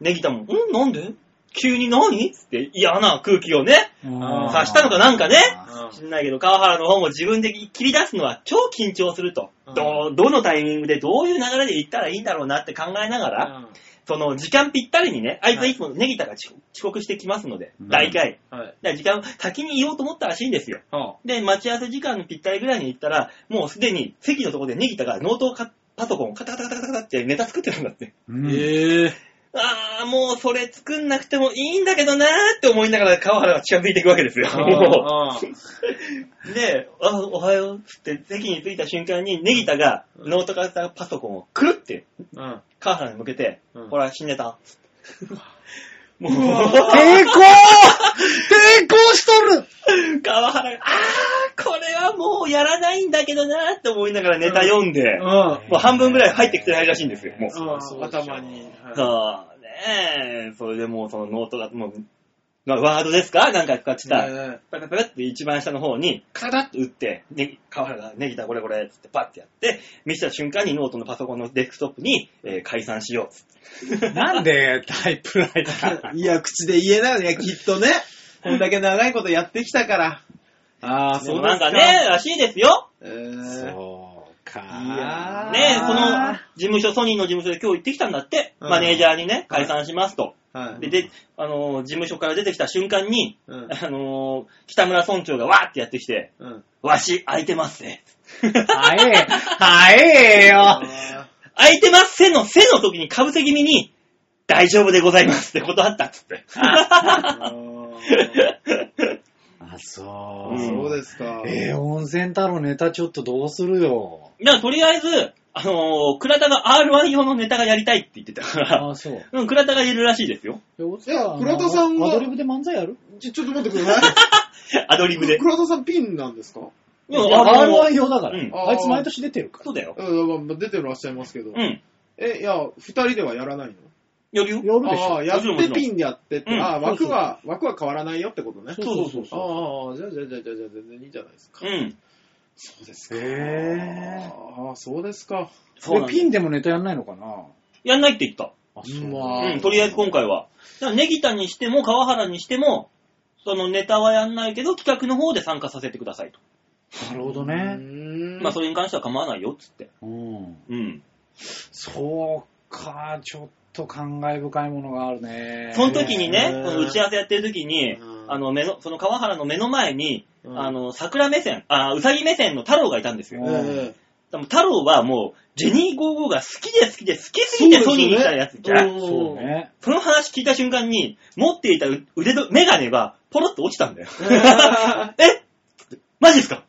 ネギタも、んなんで急に何つって嫌な空気をね、
あー
察したのかなんかね。
うん
知んないけど、川原の方も自分で切り出すのは超緊張すると。
うん
どうどのタイミングでどういう流れで行ったらいいんだろうなって考えながら、その時間ぴったりにね、あいつはいつもネギタが遅刻遅刻してきますので、
うん
大体。
うんはい。
だから時間を先に言おうと思ったらしいんですよ。
は
で、待ち合わせ時間ぴったりぐらいに行ったら、もうすでに席のところでネギタがノートかパソコンをカタカタカタカタカタってネタ作ってるんだって。
うん
えー。
あー、もうそれ作んなくてもいいんだけどなーって思いながら川原が近づいていくわけですよ。も
あー
うで、あ、おはようっつって席に着いた瞬間にネギタがノートかパソコンをくるって
あ
川原に向けて、
うん
ほら、死んでた。もう、
[laughs]
抵抗抵抗しとる
川原が、あー、これはもうやらないんだけどなーって思いながらネタ読んで、
ー。うん。
もう半分ぐらい入ってきてないらしいんですよ、もう。
そうそう
うん頭に。はい
そう、ねえ、それでもうそのノートが、もう、まあワードですかなんか使ってた。
ね
パラパラって一番下の方に、カタッと打って、ね、川原がネギだこれこれっつってパッてやって、見せた瞬間にノートのパソコンのデスクトップに、えー解散しようっつって。
なんでタイプライター
いや、口で言えないのや、きっとね。こんだけ長いことやってきたから。ああ、
で
そ
も
う
なん
です
かね、。らしいですよ。
えー
そうか。
いやー
ねえ、
あー
この事務所、ソニーの事務所で今日行ってきたんだって、
うん
マネージャーにね、解散しますと。
は
で、
い
で、あのー事務所から出てきた瞬間に、
うん
あのー北村村長がわーってやってきて、
うん
わし、空いてます [laughs] ね。
早
[laughs]
え、早えよ。
あ
空いてますせの、せの時にかぶせ気味に、大丈夫でございますってことあったっつって。
ー
あ、そ
うん
そうですか。
えー、温泉太郎ネタちょっとどうするよ。
だからとりあえず、あのー倉田が R1 用のネタがやりたいって言ってたから、
あ、そう。
うん、倉田がいるらしいですよ。
い
や倉田さんは
アドリブで漫才やる
ちょちょっと待ってくださ
アドリブ
い。
で。
黒田さんピンなんですか
い
いや
や、
R1
R1 用だから
うん。
あいつ毎年出てるか
そうだよ。
うんまあ出てらっしゃいますけど。
うん。
え、いや、二人ではやらないの
やるよ
ら。。やるでし
あ
ょ。
あ、やっ
もちろん
て
もちろん
ピンでやってって、
うん
ああ、枠は、枠は変わらないよってことね。
そうそうそう。
ああ、じゃあじゃあじゃあじゃあ全然いいじゃないですか。
うん。
そうですか。
へ
ああ、そうですか。
そうなん
え
だ
ピンでもネタやんないのかな
やんないって言った。
あ
まあ
うん、とりあえず今回は。だからネギタにしても、川原にしても、そのネタはやんないけど、企画の方で参加させてくださいと。
なるほど
う
ね。
ーん
まあ、それに関しては構わないよ、っつって。
うん。
うん。
そうか、ちょっと感慨深いものがあるね。
その時にね
へ、ー
この打ち合わせやってる時に
う、ん
あの、目の、その川原の目の前に、
うん
あの、桜目線、あ、うさぎ目線の太郎がいたんです
う
よ。
ええ
でも太郎はもう、ジェニー55が好きで好きで好きすぎてソニーに来たやつじゃん
うん
そうね。
その話聞いた瞬間 [laughs] に、持っていた腕の、メガネがポロッと落ちたんだよ。えマジですか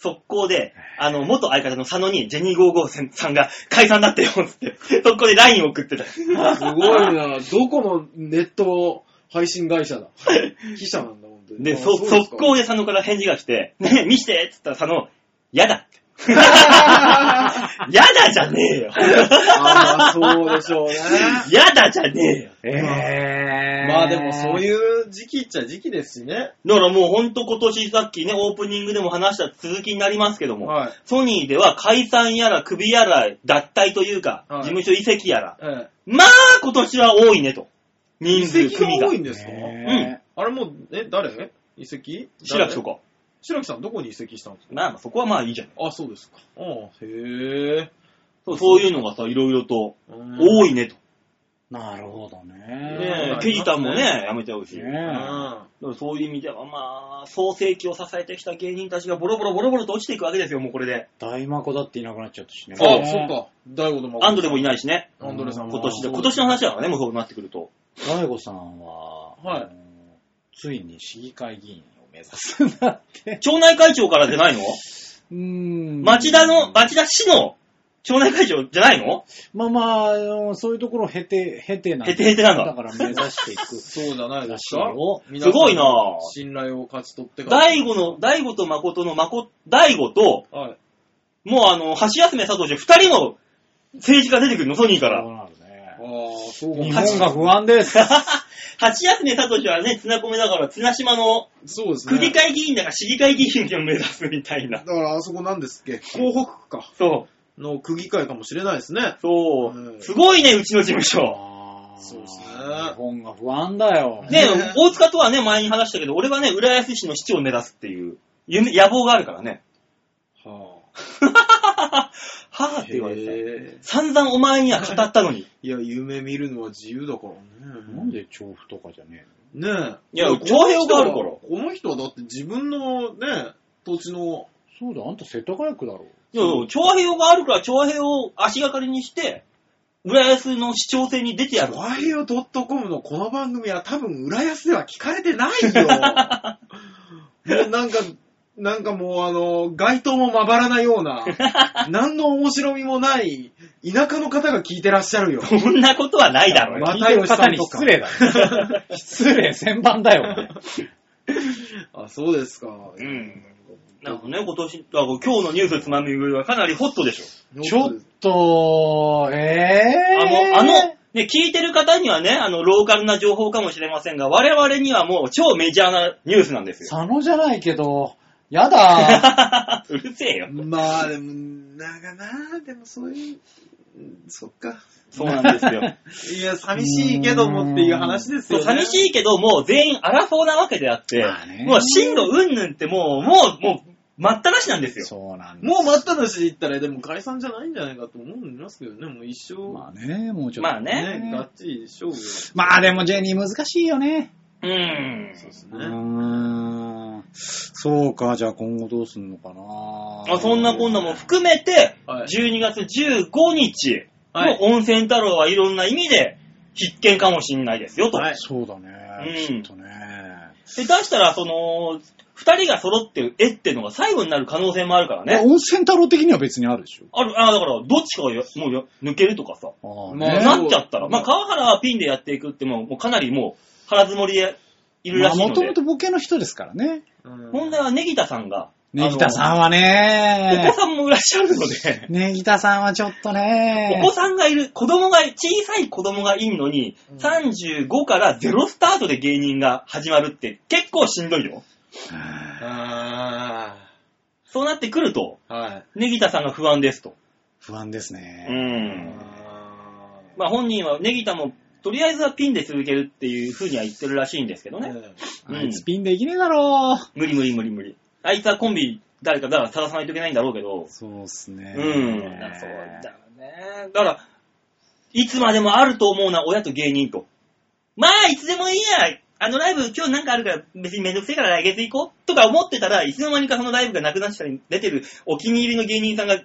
速攻で、あの、元相方の佐野にジェニー55さんが解散だってよ、つって。速攻で LINE 送ってた。
すごいな。どこのネット配信会社だ。記者なんだ、本当に。
で、
あ
そ、
うすか
速攻で佐野から返事が来て、ねえ、見してっつったら佐野、やだ
[laughs]
って。やだじゃねえよ。
あーまあそうでしょうね。
やだじゃねえよ。
えー。
まあでもそう
う。
いう時期っちゃ時期ですしね。
だからもうほんと今年さっきね、オープニングでも話した続きになりますけども、
はい。
ソニーでは解散やら首やら脱退というか、
はい
事務所移籍やら、
え
まあ今年は多いねと。
え。遺
人数、
跡
組
が
が
多い。んですか
ね
あれもう、え、誰遺跡
白木と
か。
か。
白木さんどこに移籍したんですか
まあそこはまあいいじゃん。
あ、そうですか。ああ、へえ。
そうそういうのがさ、いろいろと
多
多
い。
いねと。
なるほど
ね
え
え
ね。
ケジタンもね、やめちゃうし。
う
ね
ん。
だからそういう意味では、まあ、創世期を支えてきた芸人たちがボロボロボロボロと落ちていくわけですよ、もうこれで。
大魔子だっていなくなっちゃったしね。
あ、そっか。大悟とも。
アンドレもいないしね、
アンドレさんも。
今年で。
あ
今年の。話だからね、もうそうなってくると。
大悟さんは、
はい
あのついに市議会議員を目指すんだって。
町内会長からじゃないの
うーん
町田の、町田市の町内会長じゃないの
まあまああの、そういうところを経て、経てなんだ
経て経てなんだ
だから目指していく。
そうじゃないです
ら
か
しいよ。
皆さん
すごいな
信頼を勝ち取ってから。
大悟の、大悟と誠の誠、大悟と、
はい。
もうあの、橋休め佐藤じゃ二人の政治家出てくるの、ソニーか
そ
ら。
うなるね
あ。あ、そう
日
か。
本が不安です。
[laughs] 橋休め佐藤はね、綱込めだから、綱島の
そうです
区議
ね。
会議員だから市議会議員を目指すみたいな
だ。からあそこなんですっけ港北区か。
そう。
の区議会かもしれないですね。
そうう。
ん
すごいね、うちの事務所。
あー
そうですね
日本が不安だよ。
ね
ね、
大塚とはね、前に話したけど、俺はね、浦安市の市長を目指すっていう、夢野望があるからね。
は
はぁ
あ。
って言われて
へえ
た。散々お前には語ったのに。
いや、夢見るのは自由だから
なん
ね。
で調布とかじゃね
ね
い
え。
や
この人
徴兵があるから
この人はだって自分のね、土地の、
えのそうだ、あんた世田谷区だろ。
いや徴兵があるから、徴兵を足がかりにして、浦安の市長選に出てやる。
和平洋 .com のこの番組は多分浦安では聞かれて [laughs] ないよ。もうなんか、なんかもうあの、街灯もまばらなよう [laughs] な、何の面白みもない、田舎の方が聞いてらっしゃる [laughs] よ。
そんなことはないだろうよ。
ま
聞いてる方に失礼だよ。失礼、千番だよ、
[laughs]
ね。
あ、そうですか。
うん。なんかね、今年、あ今日のニュースつまみ食いはかなりホットでしょ。
ちょっと、え
あ
え
の、あの、ね、聞いてる方にはね、あの、ローカルな情報かもしれませんが、我々にはもう超メジャーなニュースなんですよ。
佐野じゃないけど、やだ。
[laughs] うるせえよ。
まあでも、なんかな、でもそういう、うんそっか。
そうなんですよ。
いや、寂しいけどもっていう話です
[laughs] そう
よね。
寂しいけど、もう全員荒そうなわけであって、
まあね
もう進路うんぬんってもう、もう、もう、待ったなしなんですよ。
そうなんだ。
もう待ったなしで言ったら、でも解散じゃないんじゃないかと思うんですけどね、もう一生、
まあね、もうちょっと。
まあね
ね、がっちり勝負。そ
まあでもジェニー難しいよね。
うーん。
うです
う
ね。
ーん。そうか、じゃあ今後どうすんのかな。
まあ、そんなこんなも含めて、
はい
12月15日、
は
も
い
う温泉太郎はいろんな意味で必見かもしれないですよ、と。
はい
そうだね、
う
きっ
ん
とね。
で、出したら、その、二人が揃ってる絵ってのが最後になる可能性もあるから
え
ね。
温泉太郎的には別にあるでしょ。
ある、あだから、どっちかがよもうよ抜けるとかさ、
ああ、
まえあ
ね。
なっちゃったら、
そう
まあ、川原はピンでやっていくってもう、もうかなりもう、腹積もりでいるらしい
まあ
の
も
で
と、もとボケの人ですからね。
うん
問題はネギタさんが、
ネギタさんは
あのお
ね
子、さんもいらっしゃるので、
ネギタさんはちょっとね
[laughs] お、子さんがいる、子供が、小さい子供がいるのに、
うん
35から0スタートで芸人が始まるって結構しんどいよ。
あ
そうなってくると、
ーはい。
ネギタさんが不安ですと。
不安です
う
ね。
ん。
あー
まあ本人はネギタも、とりあえずはピンで続けるっていう風には言ってるらしいんですけどね。
ね
うん
あいつピンできねえだろ。
無理無理無理無理。あいつはコンビ誰かだから探さないといけないんだろうけど。
そうっすね。
うん。だからそうだからね。だから、いつまでもあると思うな、親と芸人と。まあ、いつでもいいや。あのライブ今日なんかあるから別にめんどくせえから来月行こうとか思ってたらいつの間にかそのライブがなくなってたり出てるお気に入りの芸人さんが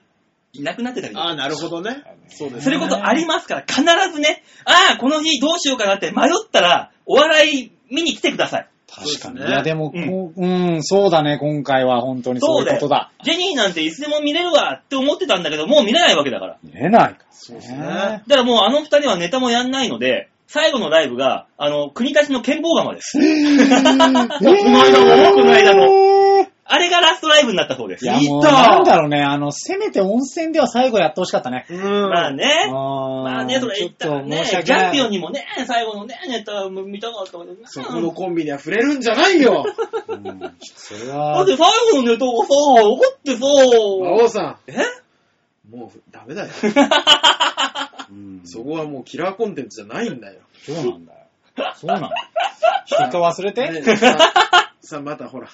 いなくなってたりとか
あー、なるほどね。そうですね。
それこそありますから、必ずね、ああ、この日どうしようかなって迷ったら、お笑い見に来てください。
確か
そう
に。
です
い
ね
や、でも、こううん、そうだね、今回は本当にそういうことだ。
ジェニーなんていつでも見れるわって思ってたんだけど、もう見れないわけだから。
見れないから。そう
ですね。
だからもうあの二人はネタもやんないので、最後のライブが、あの、国立の剣法釜です。 [laughs]
この
間もこの間あれがラストライブになったそうで
い
す。
や、もう、
聞いた
なんだろうね、あの、せめて温泉では最後やってほしかったね。
うん。
まあね。ま
ま
あね、それ
ちょ
言っ
った
ら
と申し
ね、
訳
ジャ
な
ンピオン
い。
にもね、最後のね、ネタも見たかったけどね。
そこのコンビには触れるんじゃないよ
うんそれ
だ
は
っ、て最後のネタがさ、怒ってさ、
馬王さ
え
ん、もうダメだよ。
うん
[laughs] そこはもうキラーコンテンツじゃないんだよ。
そうなんだよ。そうなんだよ。一回忘れて。
[laughs]
ねささあ、またほら、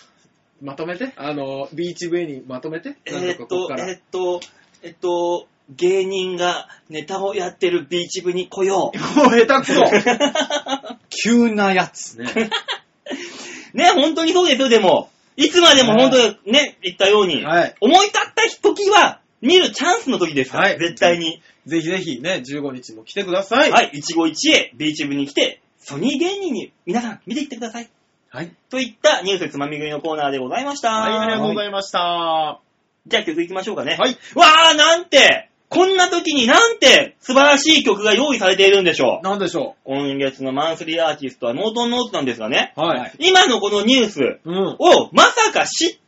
まとめて。あの、ビーチ上にまとめて。
え
なん
ー
と
っ
かことこか、ら。
えーっと、えーっと、芸人がネタをやってるビーチ部に来よう。
[laughs] もう下手くそ
急なやつ。
ね
ね、本当にそうですよ、でも。いつまでも本当にね、言ったよう [laughs] に、
はい
思い立った時は、見るチャンスの時ですから、
はい
絶対に。
ぜひぜひね、15日も来てください。
はい、一期一会、ビーチ部に来て、ソニー芸人に皆さん見ていってください。
はい。
といったニュースつまみ食いのコーナーでございました。
はい、ありがとうございました。は
じゃあ曲行きましょうかね。
い。
わー、なんて、こんな時になんて素晴らしい曲が用意されているんでしょう。
なんでしょ
今月のマンスリーアーティストはノートンノートなんですがね、
う。は。
はいい
今のこのニュース
うん。
をまさか知ってい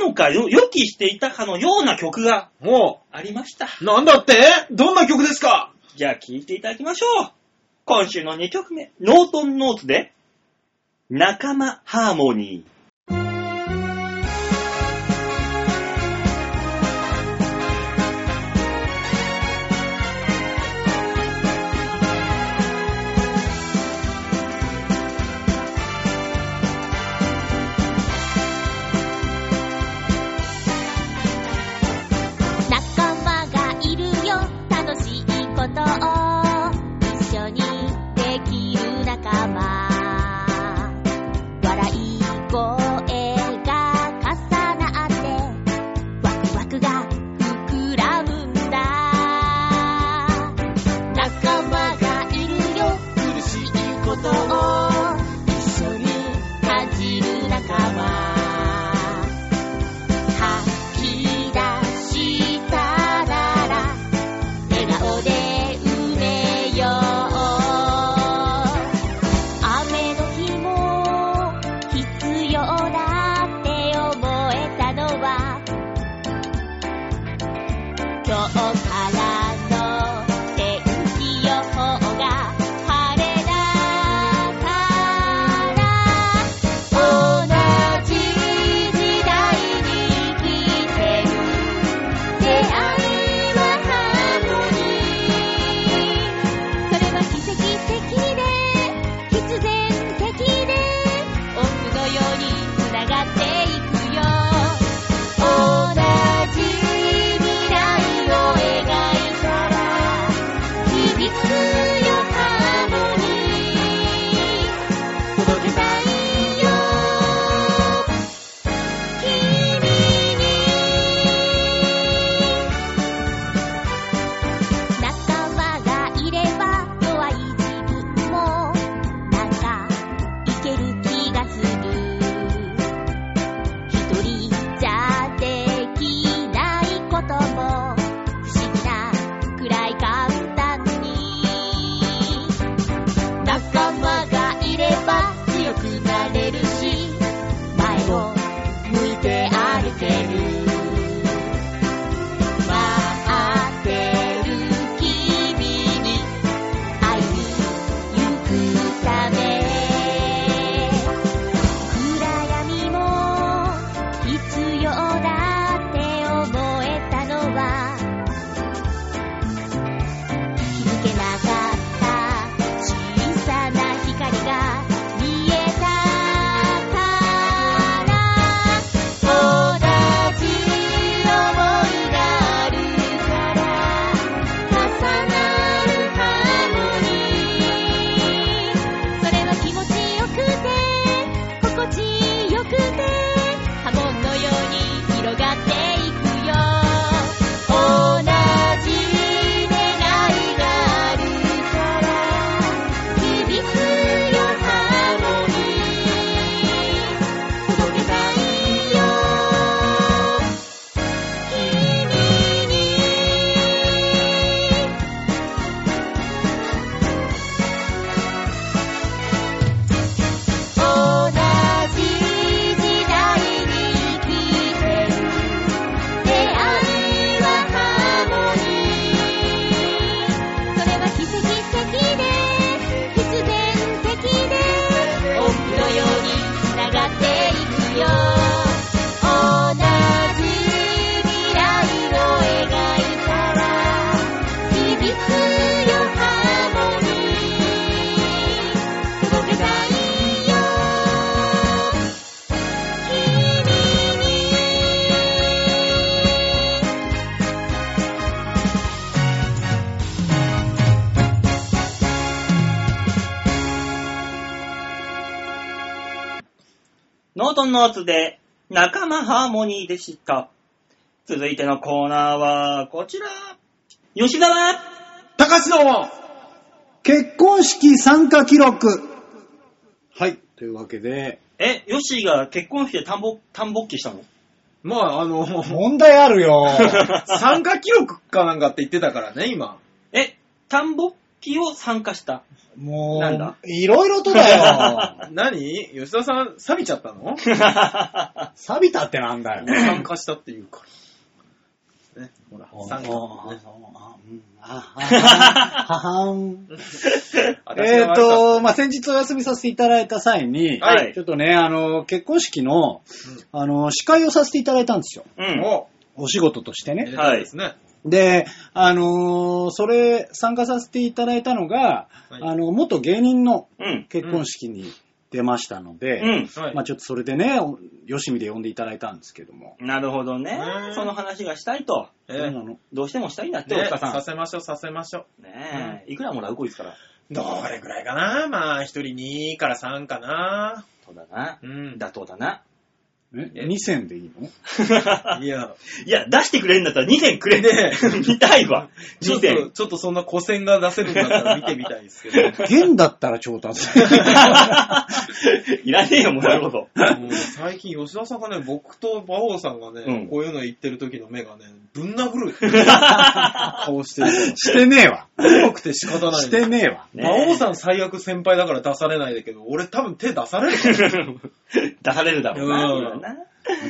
たのか、よ予期していたかのような曲が
も
ありました。
う、なんだってどんな曲ですか
じゃあ聴いていただきましょう。今週の2曲目、ノートンノーツで、仲間ハーモニー。
仲間がいるよ楽しいことを一緒にできる仲間笑い声
ノートンノーツで仲間ハーモニーでした。続いてのコーナーはこちら。吉沢
高橋の
結婚式参加記録。はい。というわけで、
え、ヨッシーが結婚して田んぼ、田んぼっきしたの
まあ、あ [laughs] の、
問題ある [laughs] よ。
参加記録かなんかって言ってたからね、今。
え、田んぼっきを参加 [laughs] した。
も
なんだ
う、いろいろとだ [laughs] よ。
何吉田さん、錆びちゃった [laughs] の
錆びたってなんだよ。
参加したっていうから。ね、ほら、参加。
え
[laughs] 私
っ
が悪か
と、まあ、先日お休みさせていただいた際に、
はい
ちょっとね、あの、結婚式の、あの、司会をさせていただいたんですよ。
う
った、
ん。
も
お仕事として
う、
ね。
はい
ですね。
で、あのーそれ、参加させていただいたのが、
はい
あの、元芸人の
うん。
結婚式に出ましたので、
うん。
はい。
まあ、ちょっとそれでね、およしみで呼んでいただいたんですけども。
なるほどね
う。ん
その話がしたいと。
え
どう
ー
なの
どうしてもしたいんだって、
ね
大塚さ
さ
ん。
せましょう、させましょう。
ねえ、いくらもらうこいつから。
どれぐらいかなまあ、一人2から3かな
そうだな。
うん。
妥当だな。
え
え
?2 千でいいの
いや、
いや、出してくれるんだったら2点くれ
ね
ね見たいわ。
ちょ
2
っと、
点。
ちょっとそんな古戦が出せるんだったら見てみたいですけど。
現だったら調
[laughs]
達。
いらねえよ、もらうこと。
もう最近吉田さんがね、僕と馬王さんがね、
うん
こういうの言ってる時の目がね、ぶん殴る顔してる。
してねえわ。
黒くて仕方ない。
してねえわ。
ね
馬王さん最悪先輩だから出されないだけど、俺多分手出される
[laughs]
[laughs]
出されるだろうな
うん
これはな。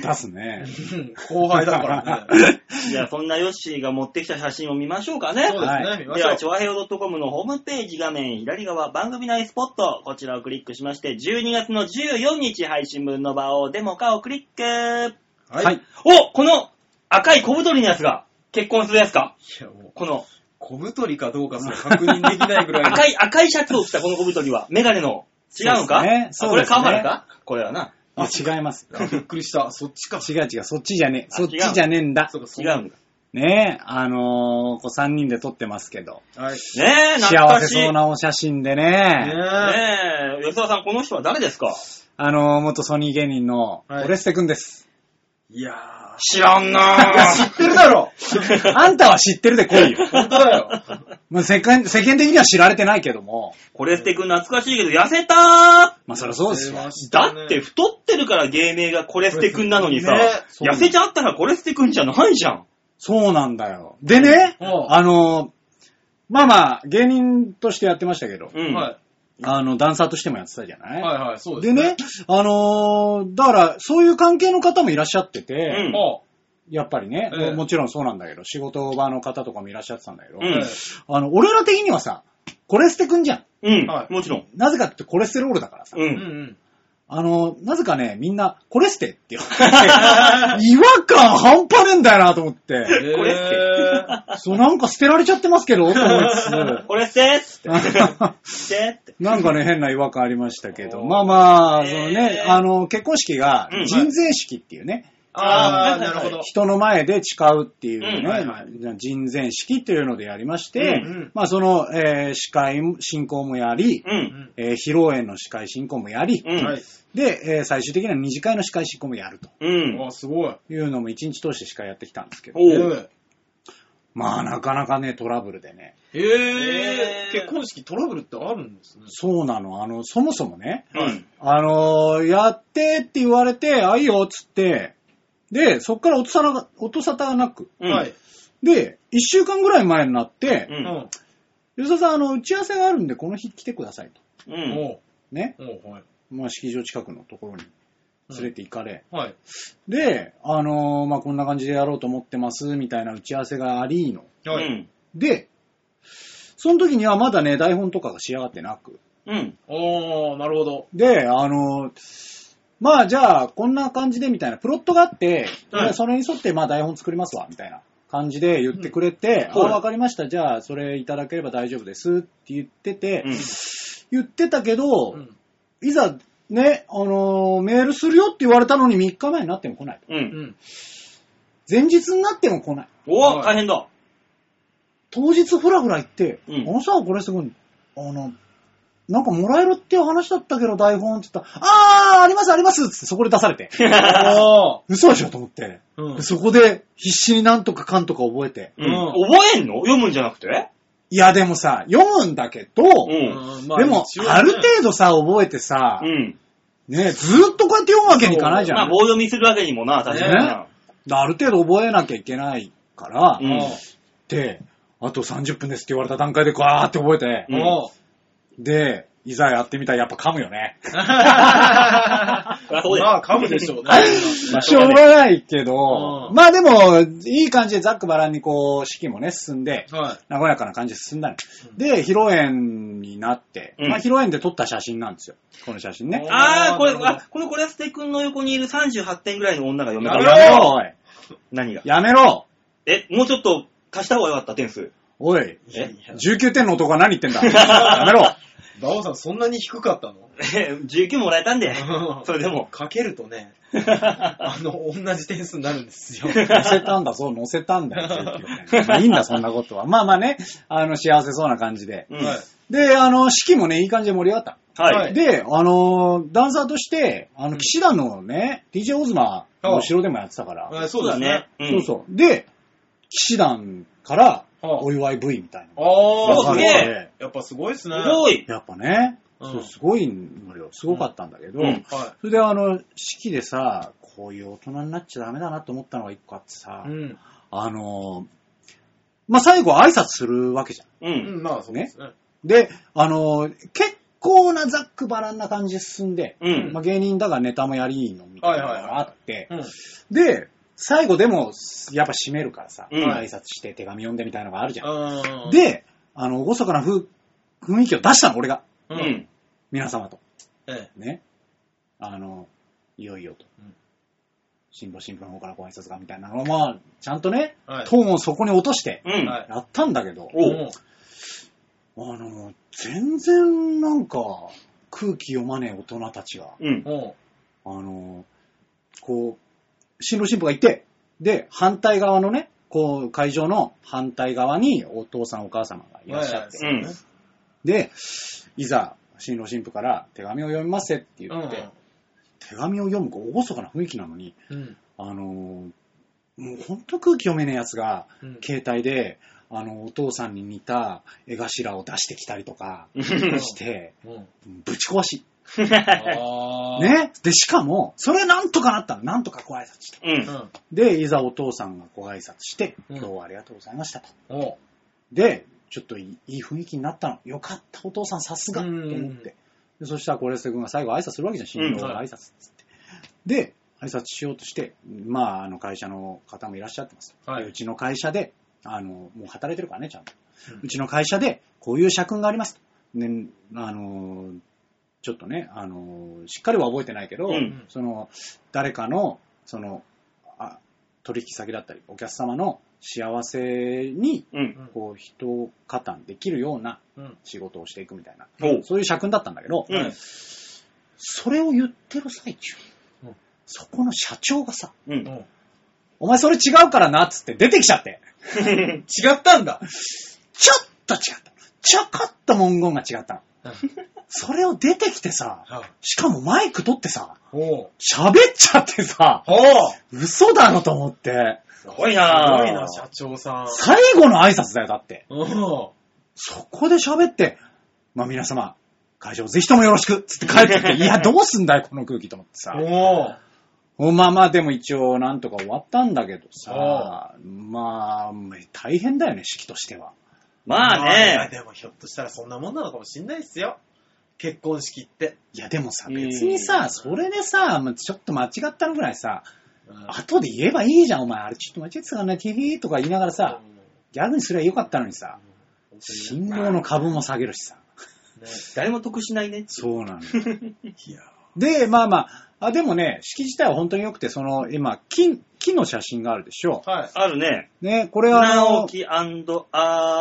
出すね。
うん後輩だからね。
じゃあ、そんなヨッシーが持ってきた写真を見ましょうかね
そう。ですね、
はい
見ま
で
しょ
は、
う。
チョアヘオ .com のホームページ画面左側、番組内スポット、こちらをクリックしまして、12月の14日配信分の場をデモ化をクリック。
はい。
はいい
おこの赤い小太りのやつが結婚するやつか
やもう、
この
小太りかどうかすら確認できないぐらいの。
赤い、赤いシャツを着たこの小太りは、メガネの。違うのか
そうですね
あ
そうで
これ川原
すね
かこれはな。
あ、違います。
あびっくりした。そっちか。
違う違う、そっちじゃねえ。
あ
そっちじゃねえんだ。
そうか、そ
違
うか
うんだ。
ねえ、あのー、こう3人で撮ってますけど。
はい。
ねえ、懐
幸
か
せ
しい。
そう
ね
なお写真でね。
ね
え、吉沢さん、この人は誰ですか
あのー、元ソニー芸人の
はい
オレステくんです。
え。いや
知らんな [laughs]
ー。知ってるだ [laughs] ろ
あんたは知ってるで来いよ。
本当だよ。
[laughs] まあ世間世間的には知られてないけども。
コレステ君懐かしいけど、痩せた
まあそりゃそうですよ。
ーだって、太ってるから芸名がコレステ君なのにさ、
ね
そう
痩せちゃったらコレステ君じゃないじゃん。
そうなんだよ。でね、
うん
あのー、まあまあ、芸人としてやってましたけど、
うん。
は
あの、ダンサーとしてもやってたじゃない
い、はいはい、そうで
です
ね。
ね、あのーだから、そういう関係の方もいらっしゃってて、
うん
あ
やっぱりね、
ええ
もちろんそうなんだけど、仕事場の方とかもいらっしゃってたんだけど、
うん
あの、俺ら的にはさ、コレステくんじゃん。
うん。
はい
もちろん。
なぜかってコレステロールだからさ。
う
うん
ん。
うん。
あのーなぜかね、みんな、コレステって言われて、 [laughs] 違和感半端ねえんだよなと思って、
こ [laughs] れ
えー
そうなんか捨てられちゃってますけ
[laughs]
ど、と思いつつ
コレステっつって。って。
なんかね、変な違和感ありましたけど、
おー
まあまあ、
ええ
そのね、あの、結婚式が
うん、
人前式っていうね、
あ
あ
ー
ー、なるほど。
人の前で誓うっていうね、
うん
はいはい
人前式というのでやりまして、
うんうん
まあその、えー司会進行もやり、
う。
うんん
えー披露宴の司会進行もやり、
うん。
はい。
で、えー最終的には二次会の司会進行もやると
うん。
あ、すごい。
いうのも一日通して司会やってきたんですけど、
お
え
う。
ー
まあなかなかね、トラブルでね。
え
え
ー
ー
結婚式トラブルってあるんですね。
そうなの、あの、そもそもね、
うん。
あのーやってって言われて、あ、いいよっつって、で、そっから落とさな、落とさたなく。
うん
はい。
で、一週間ぐらい前になって、
う。
うん。
吉田さん、あの、打ち合わせがあるんで、この日来てくださいと。
うんん。
おう
ね。
おうはい。
まあ、式場近くのところに連れて行かれ。
はい。
で、あのーまあ、こんな感じでやろうと思ってます、みたいな打ち合わせがありの。
う
はい。
ん。
で、その時にはまだね、台本とかが仕上がってなく。
うん。
おー、なるほど。
で、あのーまあ、じゃあ、こんな感じで、みたいな、プロットがあって、
はい
でそれに沿って、まあ、台本作りますわ、みたいな感じで言ってくれて、
うん
あ、わかりました、じゃあ、それいただければ大丈夫ですって言ってて、
うん
言ってたけど、
うん
いざ、ね、あのーメールするよって言われたのに3日前になっても来ない。
う。
うん
[laughs]
ん。
前日になっても来ない。
おお大変だ。
当日ふらふら行って、
うん
あのさ、これすごい、あの、なんかもらえるっていう話だったけど、台本って言ったら、あー、あります、ありますっつってそこで出され
[laughs]
て。
あ
嘘でしょと思って。
ーうん。
そこで必死になんとかかんとか覚えて。
うん
う
覚えんの読むんじゃなくて
いや、でもさ、読むんだけど、
うん。
ま
でも
一応、ね
ある程度さ、覚えてさ、
うん。
ね、ずーっとこうやって読むわけにいかないじゃん。
まあ、棒読みするわけにもな、確かにな。
ある程度覚えなきゃいけないから、
[laughs]
うん
で、あと30分ですって言われた段階でガーって覚えて、
うん
おう
で、いざやってみたらやっぱ噛むよね。
そりゃそうだよ
まあ、噛むでしょうね。
[laughs] ま
[laughs]
あ
しょうがないけど、
うん
まあでも、いい感じでざっくばらんにこう、式もね、進んで、
は
和やかな感じで進んだの。で、披露宴になって、
うん
まあ披露宴で撮った写真なんですよ。この写真ね。
あー、これ、
なるほど
あ、これ、これはステ君の横にいる38点ぐらいの女が読め
や
た
め
なるほど
よ。
ろおい
何が
やめろ
え、もうちょっと足した方がよかった、点数。 [laughs]
おい
い。いやいや、
19点の男は何言ってんだやめろ
バオさんそんなに低かったの
19もらえたんで。それでも。
かける
[laughs]
とね、あの、同じ点数になるんですよ。
乗せたんだぞ、乗せたんだよ、19点。まあいいんだ、そんなことは。まあまあね、あの、幸せそうな感じで。
うん
はい。
で、あの、式もね、いい感じで盛り上がっ
は
はい
た。
い。
で、あの、ダンサーとして、あの、騎士団のね、DJ オズマの後ろでもやってたから。
あそうですね。。
うん
そうそう。で、騎士団から
はあ
お祝い V みたいな。
ああ、
そうす
すげ
げえ。
えやっぱすごいですね。
すごい。
やっぱね、
うん
そうすごいのよ。すごかったんだけど、
うんうん
は
それであの、式でさ、こういう大人になっちゃダメだなと思ったのが一個あってさ、
い。うん。
あの、まあ、最後挨拶するわけじゃん。
う。
うんん、まあそうですね。
で、あの、結構なざっくばらんな感じで進んで、
うん
まあ、芸人だがネタもやりーのみたいなのがあって、
うん。
で、最後でも、やっぱ締めるからさ、
うん
挨拶して手紙読んでみたいなのがあるじゃん。
あー、
で、あの、厳かなふ雰囲気を出したの、俺が。
う。
うんん。
皆様と。
え
ね。あの、いよいよと
うん。
新郎新婦の方からご挨拶がみたいなのを、まあ、ちゃんとね、
え。はい。
トーンをそこに落として、
うん。
はい
やったんだけど、
おう
うん
あの、全然なんか、空気読まねえ大人たちが、
うん。
お
あの、こう、新郎新婦がいて、で、反対側のね、こう、会場の反対側にお父さんお母様がいらっしゃって、
はいはいはい
で、いざ、新郎新婦から手紙を読みますせって言
うん。
って、手紙を読む、おごそかな雰囲気なのに、
うん。
あの、もうほんと空気読めねえやつが、
うん
携帯で、あの、お父さんに似た絵頭を出してきたりとかして、
うん。
ぶち壊し。
あー。
ね。で、しかも、それなんとかなったの。なんとかご挨拶して。
うん
うん。
で、いざお父さんがご挨拶して、
うん
今日はありがとうございましたと。
お
で、ちょっといいいい雰囲気になったの。よかった、お父さんさすがと
うん
思って。でそしたら、コレステ君が最後挨拶するわけじゃん、新郎
うん
が
は
挨
い
拶っつって。で、挨拶しようとして、まあ、あの、会社の方もいらっしゃってます。
はい
でうちの会社で、あの、もう働いてるからね、ちゃんと。
うん
うちの会社で、こういう社訓がありますと。ね、あの、ちょっとね、あの、しっかりは覚えてないけど、
うん
その、誰かの、その、あ取引先だったり、お客様の幸せに、
うん。
こう、人を加担できるような
うん。
仕事をしていくみたいな、
おう。
そういう社訓だったんだけど、
うん。
それを言ってる最中
うん、
そこの社長がさ、
うん。
うん
お前それ違うからなっつって出てきちゃって、
違ったんだ。
ちょっと違った。ちょこっと文言が違ったの。それを出てきてさ、しかもマイク取ってさ、
おう。
喋っちゃってさ、
おう。
嘘だろと思って、
す
ごいな
す
ぁ
ごいな、社長さん。
最後の挨拶だよ、だって。
お
そこで喋って、まあ皆様、会場ぜひともよろしくつって帰って
[laughs]
きて、いや、どうすんだよ、この空気と思ってさ。
おう。
まあまあ、でも一応、なんとか終わったんだけどさ
あ、
まあ、大変だよね、式としては。
まあ
ま
ね。
あでもひょっとしたらそんなもんなのかもしんないっすよ。結婚式って。
いや、でもさ、
うん
別にさ、それでさ、まあちょっと間違ったのぐらいさ、
うん
後で言えばいいじゃん、お前。あれちょっと間違ってたからね、ティーとか言いながらさ、ギャグにすりゃよかったのにさ、
うん
新郎の株も下げるしさ。
ね
誰も得しないね。
そうなのよ。で、まあまあ、あ、でもね、式自体は本当に良くて、その、今、金、木の写真があるでしょ。
はい。
あるね。
ね、これはあ
直
の、
樹ア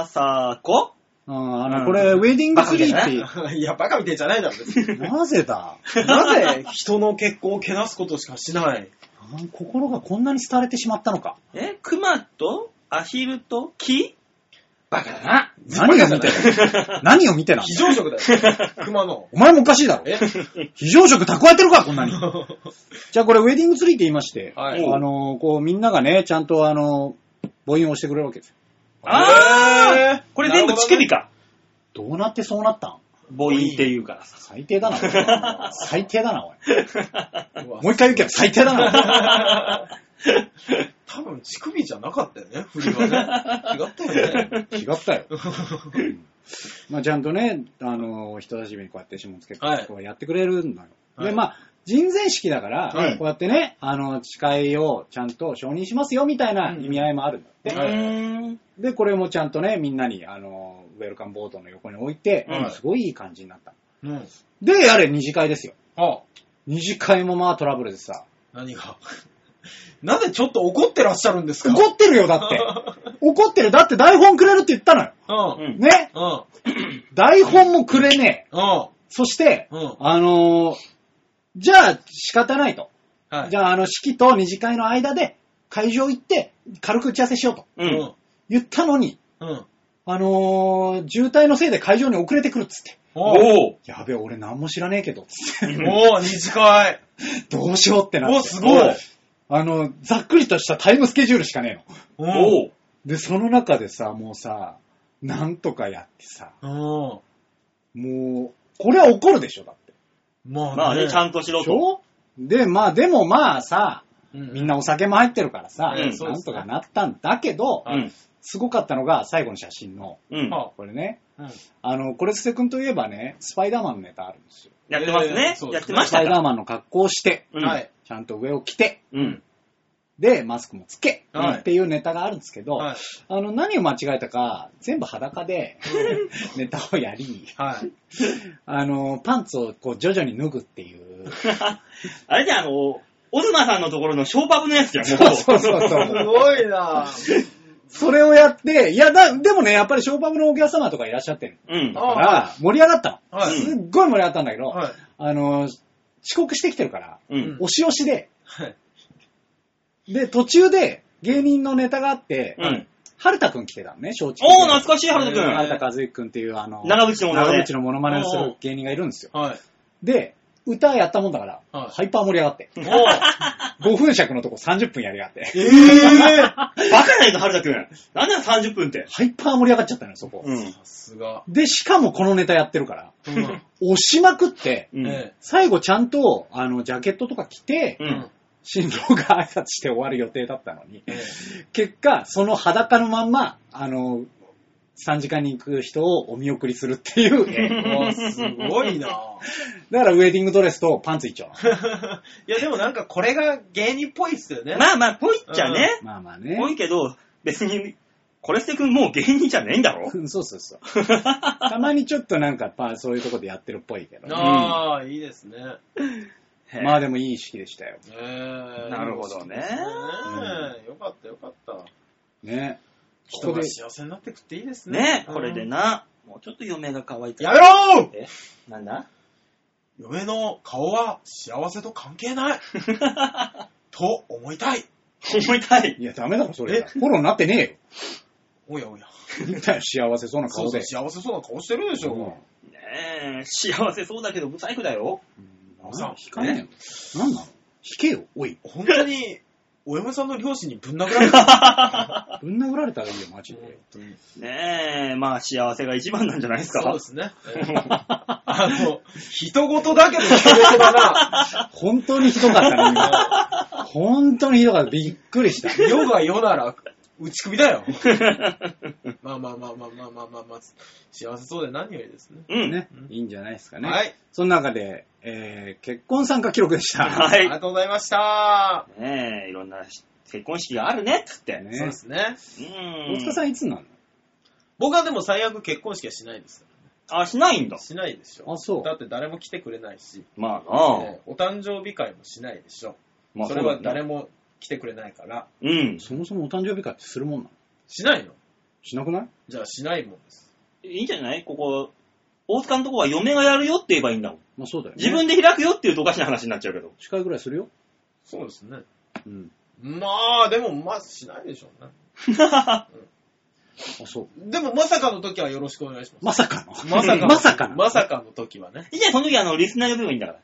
ーサーコ
うんあ
う
の、
ん
これ、ウェディングツリーっていう、
いや、バカみてえじゃないだろ、
[laughs]
別に
なぜだ
なぜ人の結婚をけなすことしかしない。
あ心がこんなに廃れてしまったのか。
え熊とアヒルと木
バカだな。
何を見てる何を見てなん
非
だ
常
[laughs]
食だよ。熊の。
お前もおかしいだろ。
え
非常食蓄えてるか、こんなに。じゃあこれ、ウェディングツリーって言いまして、
はい
あの、こう、みんながね、ちゃんと、あの、母音を押してくれるわけですよ。
あ
へ
ーこれ全部乳首か。
どうなってそうなったん
母音っていうからさ。
最低だな、お [laughs] い最低だな、おい。
なるほどねうわ
もう一回言うけど、最低だな。
多分乳首じゃなかったよね、振りはね。違ったよ
[laughs]
ね。
[laughs] 違ったよ。まあ、ちゃんとね、あの、人差し指にこうやって指紋つけて、
はい
こうやってくれるんだよ。
は
で、
い
まあ、人前式だから、
はい
こうやってね、あの、誓いをちゃんと承認しますよ、みたいな意味合いもあるんだって。
はいう
ーん
で、これもちゃんとね、みんなに、あの、ウェルカムボードの横に置いて、
はい
すごいいい感じになった。
うん。
で、やれ、二次会ですよ。
あ、
二次会もまあトラブルでさ。
何が。 [laughs] なぜちょっと怒ってらっしゃるんです
[laughs]
か
怒ってるよ、だって。 [laughs] 怒ってる。だって台本くれるって言ったのよ。
うん。
うん
ね
うん。
台本もくれねえ。
うん。
そして、
うん
あのーじゃあ仕方ないと。
はい。
じゃあ、あの、式と二次会の間で会場行って軽く打ち合わせしようと
う
うんん。
言ったのに、
うん。
あのー渋滞のせいで会場に遅れてくるっつって。
おう
おー
やべえ、俺何も知らねえけど、 [laughs] つって。
おう、二次会。
どうしようってなって。
おすごい。
あの、ざっくりとしたタイムスケジュールしかねえの。
おう。
おー
で、その中でさ、もうさ、なんとかやってさ、
うん。
もう、これは怒るでしょ、だって。
まあね。
まあね、ちゃんとしろ
でし
と。
ょで、まあ、でもまあさ、み
み
ん。なお酒も入ってるからさ、
うん
そう
な
で
ん
す
と
ね
かなったんだけど、
うん。
すごかったのが最後の写真の、
うん。
あ
これね、
うん
あの、コレステ君といえばね、スパイダーマンのネタあるんですよ。
やってます
え
ね
ー。そうで
や
すね
ってまし
スパ
た
イダー
か。
マンの格好をして、
うん
はい。
ちゃんと上を着て、
うん。 [laughs]
で、マスクもつけ、
はい
っていうネタがあるんですけど、
はい。
あの、何を間違えたか、全部裸で、 [laughs] ネタをやり、
はい。
あの、パンツをこう徐々に脱ぐっていう。
あれじゃあ、あの、オズマさんのところのショーパブのやつじゃん、も
そうそうそうそ
す
う。
ごいなぁ。
それをやって、いやだ、でもね、やっぱりショーパブのお客様とかいらっしゃってる
うん。
あ
から、盛り上がったの。
はい
すっごい盛り上がったんだけど、
はい。
あの、遅刻してきてるから、
うん。
押し押しで、
はい。
で、途中で芸人のネタがあって、
うん。
春田くん来てたのね、正直。
おー、懐かしい、ハル
えー
ト
春田和之くんっていう、あの、
君。長渕の女
長
ね [laughs]
渕。のモノマネをする芸人がいるんですよ。
はい。
で、歌やったもんだから、
はい
ハイパー盛り上がって。 [laughs]
おう。
5分尺のとこ30分やりやがって。
えぇ
バカないか、ハルト君。なんだよ、30分って。
ハイパー盛り上がっちゃったのよ、そこ。
うん。
さすが。
で、しかもこのネタやってるから、
うん。
押しまくって、
うん。
え
最後ちゃんと、あの、ジャケットとか着て
う、
え
ん。
新郎が挨拶して終わる予定だったのに、
え
結果、その裸のまんま、あの、3時間に行く人をお見送りするっていう。
えうわすごいなぁ。
だからウェディングドレスとパンツ一
[laughs]
丁。
いや、でもなんかこれが芸人っぽいっすよね。
まあまあ、ぽいっちゃね。
まあまあね。
ぽいけど、別に、コレステ君もう芸人じゃねえんだろ
うんそうそうそう。たまにちょっとなんか、まあそういうとこでやってるっぽいけどね。
ああ、いいですね。
まあ
で
でもいい式でしたよ。
ええ
なるほどね
ねえよかったよかった。
ね。
人
人で
が、幸せになってくっていいですね。
ねこれで
ね。
な、もうちょっと嫁が可愛いから
やめろー
えなんだ
嫁の顔は幸せと関係ない。と思いたい。
思いたい。
いや、ダメだろ、そ
え
れ。フォローになってね
おやおや。
えよ。みたいな幸せそうな
そ
顔
うそ
で
う、。幸せそうな顔してるでし
うん
ょ。
ねえ、幸せそうだけど、不細工だよ。
なんだ引かねえのなんなの引けよ、おい。
本当に、お嫁さんの両親にぶん殴られた。
ぶん殴られたらいいよ、マジで。
ねえ、まあ幸せが一番なんじゃないですか。
そうですね。あの、人事だけど人事だな。
本当にひどかったね、今本当にひどかった。びっくりした。
世が世なら、打ち首だよ。まあまあまあまあまあまあまあ、まあ、幸せそうで何よりですね。
うん。
ね。いいんじゃないですかね。
はい。
その中で、えー、結婚参加記録でした。
は
あ
い
りがとうございました。
ねえ、いろんな結婚式があるね、つって。
ね
そうですね。
うん。
大塚さんいつなの
僕はでも最悪結婚式はしないです。
あ、しないんだ。
しないでしょ。
あ、そう。
だって誰も来てくれないし、
まあ
え
なあ
ーお誕生日会もしないでしょ。
まあ
それは誰
も。
も来てくれないから、
うん。
そもそもお誕生日会ってするもんなの
しないの
しなくない
じゃあしないもんです。
いいんじゃないここ、大塚のとこは嫁がやるよって言えばいいんだもん。
まあそうだよね。
自分で開くよっていうとおかしな話になっちゃうけど。
司会ぐらいするよ。
そうですね。
うん。
まあ、でもまあしないでしょうね。
あそう。
でもまさかの時はよろしくお願いします。
まさかの。
まさか
[laughs]
の。
まさかの。
まさかの時はね。
いいじゃん、その時あの、リスナー呼べばいいんだから。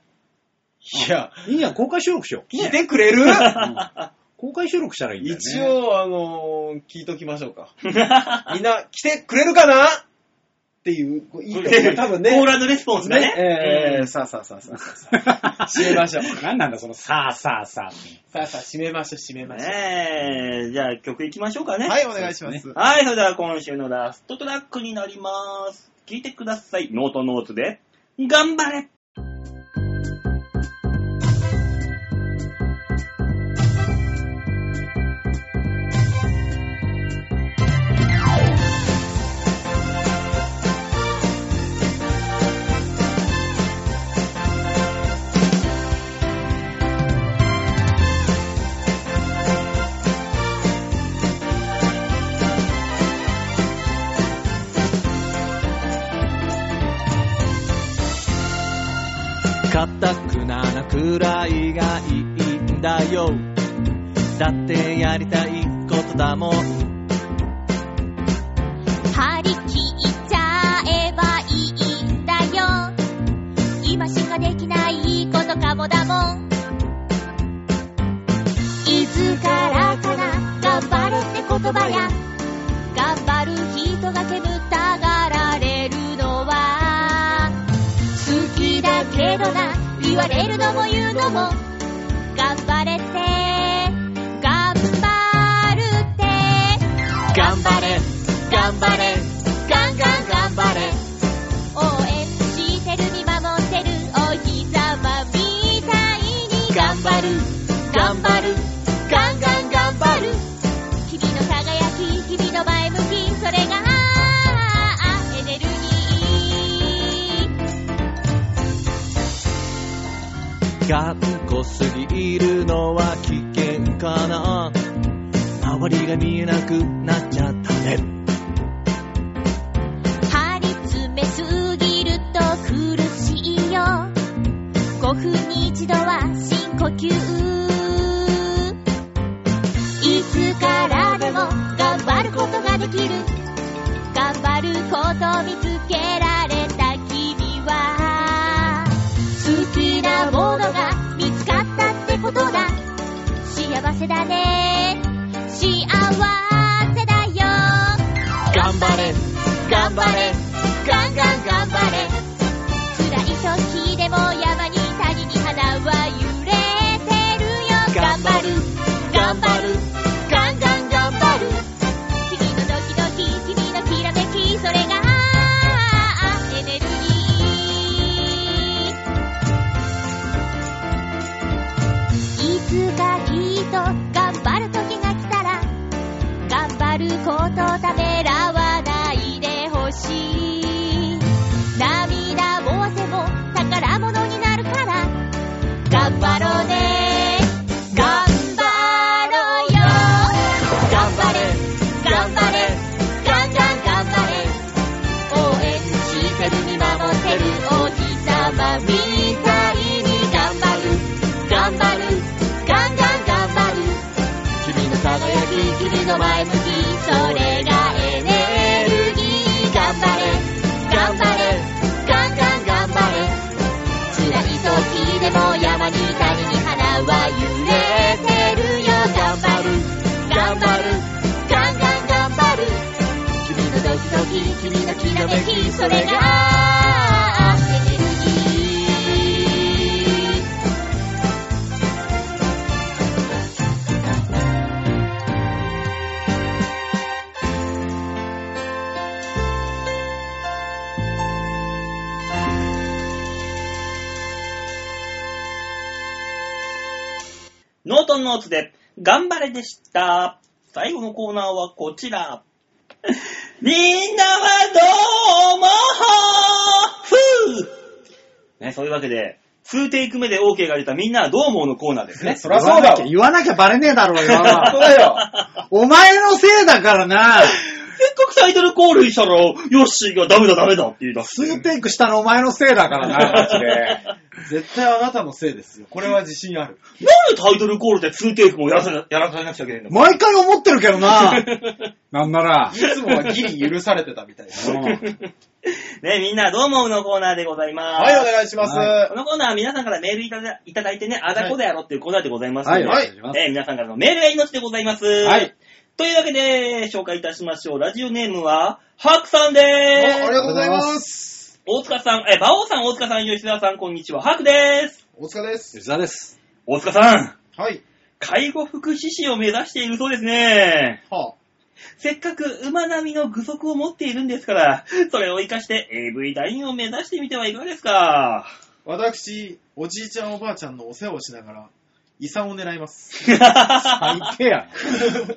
いや、
いいや、公開収録しよ
聞いてくれる
う。うん公開収録したらいいんだよね。
一。応、あのー聞いときましょう [laughs] か。みんな来てくれるかなっていう、こういいと思う多分ね。
コーラのレスポンスがね。
ねえ
う
ー、
ん
さあさあさあさあさ
[laughs]
あ。締めましょう。
何なんだ、その、さあさあさあって。
さあさあ、締めましょう、締めましょう。
ねえ、じゃあ曲いきましょうかね。
[laughs] はい、お願いし
そ
ま。
うです
はい、それでは今週のラストトラックになります。聞いてください。ノートノーツで、頑張れ
硬くななくらいがいいんだよだってやりたいことだもん
張り切っちゃえばいいんだよ今しかできないことかもだもんいつからかな頑張れって言葉や頑張る人が煙たがられるのは好きだけどな言われるのも言うのも頑張れって頑張るって
頑張れ頑張れ
ガンガン頑張れ応援してる見守ってるお日様みたいに頑張る
頑
頑張
張
る
る
ガンガン頑張る君の輝き君の前向きそれがエネルギー
頑固すぎるのは危険かな周りが見えなくなっちゃったね
張り詰めすぎると苦しいよ5分に一度は深呼吸いつからでも頑張ることができる頑張ることを見つけられた君は好きなものが見つかったってことだ幸せだね幸せだよ
頑張れ
頑張れガンガン頑張れ辛い時でも山に谷に花は揺れてるよ頑
頑
張
張
る
る
頑
頑
張
張
る
る
ガンガン頑張る君のドキドキ君のきらめきそれがエネルギーいつかきっと頑張る時が来たら頑張ることをためらわないでほしい涙も汗も宝物になるから頑張ろうね頑張ろうよ頑張れ頑張れガンガン頑張れ応援してる見守ってるお日様みたいに頑張る頑張るガンガン頑張る君の輝き君の前向きそれがエネルギー頑張れ頑張れガンガン頑張れ辛い時でも山に谷に花は揺れてるよ頑張る頑張るガンガン頑張る君のドキドキ君のきらめきそれがエネルギー
ノートンノーツで、頑張れでした。最後のコーナーはこちら。 [laughs] みんなはどう思うふうね、そういうわけで、2テイク目で OK が出たみんなはどう思うのコーナーですね。
そりゃそうだ
言わな
わ。
きゃ言わなきゃバレねえだろう
[laughs] そう
よ。 [laughs]
だよ。
お前のせいだから [laughs] な。
せっかくタイトルコールしたら、ヨッシーがダメだダメだって言い出す。
2テイクしたのお前のせいだからな、マジ [laughs] で。
絶対あなたのせいですよ。これは自信ある。
なんでタイトルコールで2テイクもやらせなやらされなくちゃいけないん
[laughs]
だ
毎回思ってるけどな。なんなら
い、つもはギリ許されてたみたいです。
うん
ね、みんなどうものコーナーでございます。
はい、お願いします。
このコーナーは皆さんからメールいただいただいてね、あだこでやろうっていうコーナーでございますの
は
で、
い、お願いします。
えー皆さんからのメールが命でございます。
は。い。
というわけで、紹介いたしましょう。ラジオネームは、ハクさんで
あ
ーす。
ありがとうございます。
大塚さん、え、馬王さん、大塚さん、吉沢さん、こんにちは。ハクです。
お疲れです。
吉田です。
大塚さん、
はい。
介護福祉士を目指しているそうですね。
は
せっかく馬並みの具足を持っているんですから、それを活かして AV 団員を目指してみてはいかがですか
あ、私、おじいちゃんおばあちゃんのお世話をしながら、遺産を狙います。
最低やな。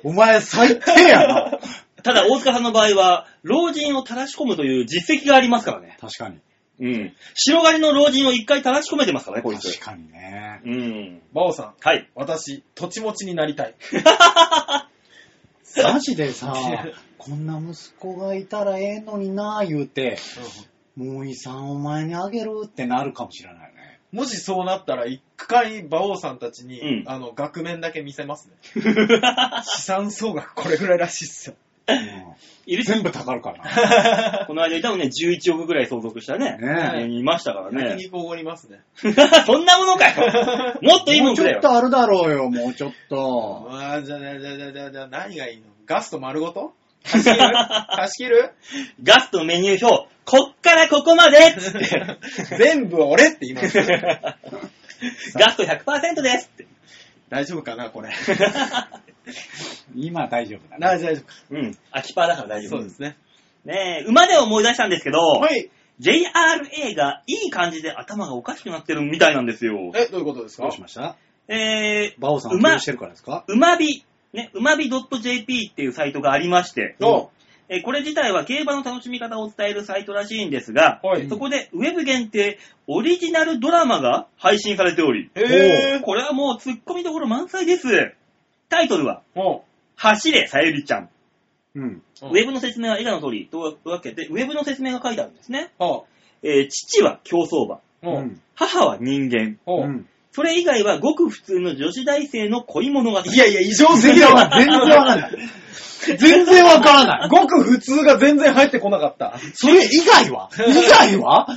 お前最低やな。
ただ、大塚さんの場合は、老人を垂らし込むという実績がありますからね。
確かに。
うん。白狩りの老人を一回垂らし込めてますからね、こい
確
つ。
かにね。
うん。
バオさん、
はい。
私、土地持ちになりたい。
マジで [laughs] さ、こんな息子がいたらええのにな言うて、もう遺産お前にあげるってなるかもしれないね。
もしそうなったら、一回、馬王さんたちに、
うん
あの、額面だけ見せます [laughs] ね。資産総額これぐらいらしいっすよ。
い
うん
る
全部たかるから
この間いたもんね、11億ぐらい相続したね。
な。ね
ね
いましたから
焼
ね。
肉おごります [laughs] ね。
[laughs] そんなものかよ。もっといい
も
も
うんち
く
ょ
れ
っ
よ。
とあるだろうよ、もうちょっと。
あーじゃあ、じゃあ、じゃあじゃあじゃあじゃあ、何がいいのガスト丸ご [laughs] と貸し切る貸し切 [laughs] る
ガストのメニュー表、こっからここまでっつ
[laughs]
って。
全部俺って言い [laughs] ます。
ガスト100%ですって。
大丈夫かな、これ。
今は大丈夫だね。
[laughs] 大丈夫、大丈
うん。秋パーだから大
夫。
丈
そ
夫
うで。すね。
ねえ、馬で思い出したんですけど、
はい。
JRA がいい感じで頭がおかしくなってるみたいなんですよ。
え、どういうことです
ど
か
うしました
えー、
バオさん
馬
はどうしてるからですか
うまび、ね、うまび .jp っていうサイトがありまして、
ど
えーこれ自体は競馬の楽しみ方を伝えるサイトらしいんですが、
うは
う
い
ん。
そこでウェブ限定オリジナルドラマが配信されており、
へー
これはもう突っ込みどころ満載です。タイトルは、
お
走れさゆりちゃん。
うん。
う
ウ
ん
ェブの説明は以下の通りというわけで、ウェブの説明が書いてあるんですね。
は
えー父は競走馬、
あ、おう、
母は人間、
おう、
うん
それ以外はごく普通の女子大生の恋物語。
いやいや、異常す
全
ぎ
然
だ
わ
わ。
かんない。全然わからない。
ごく普通が全然入ってこなかった。
それ以外は以外は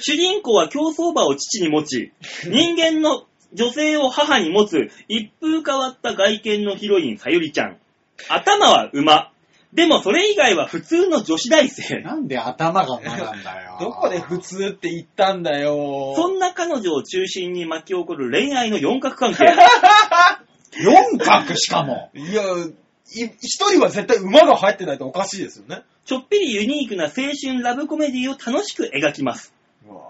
主人公は競走馬を父に持ち、人間の女性を母に持つ一風変わった外見のヒロイン、さゆりちゃん。頭は馬。でもそれ以外は普通の女子大生。
[laughs] なんで頭が馬なんだよ。
どこで普通って言ったんだよ。
そんな彼女を中心に巻き起こる恋愛の四角関係。
四角しかも。
いや、い一人は絶対馬が入ってないとおかしいですよね。
ちょっぴりユニークな青春ラブコメディを楽しく描きます。
うわ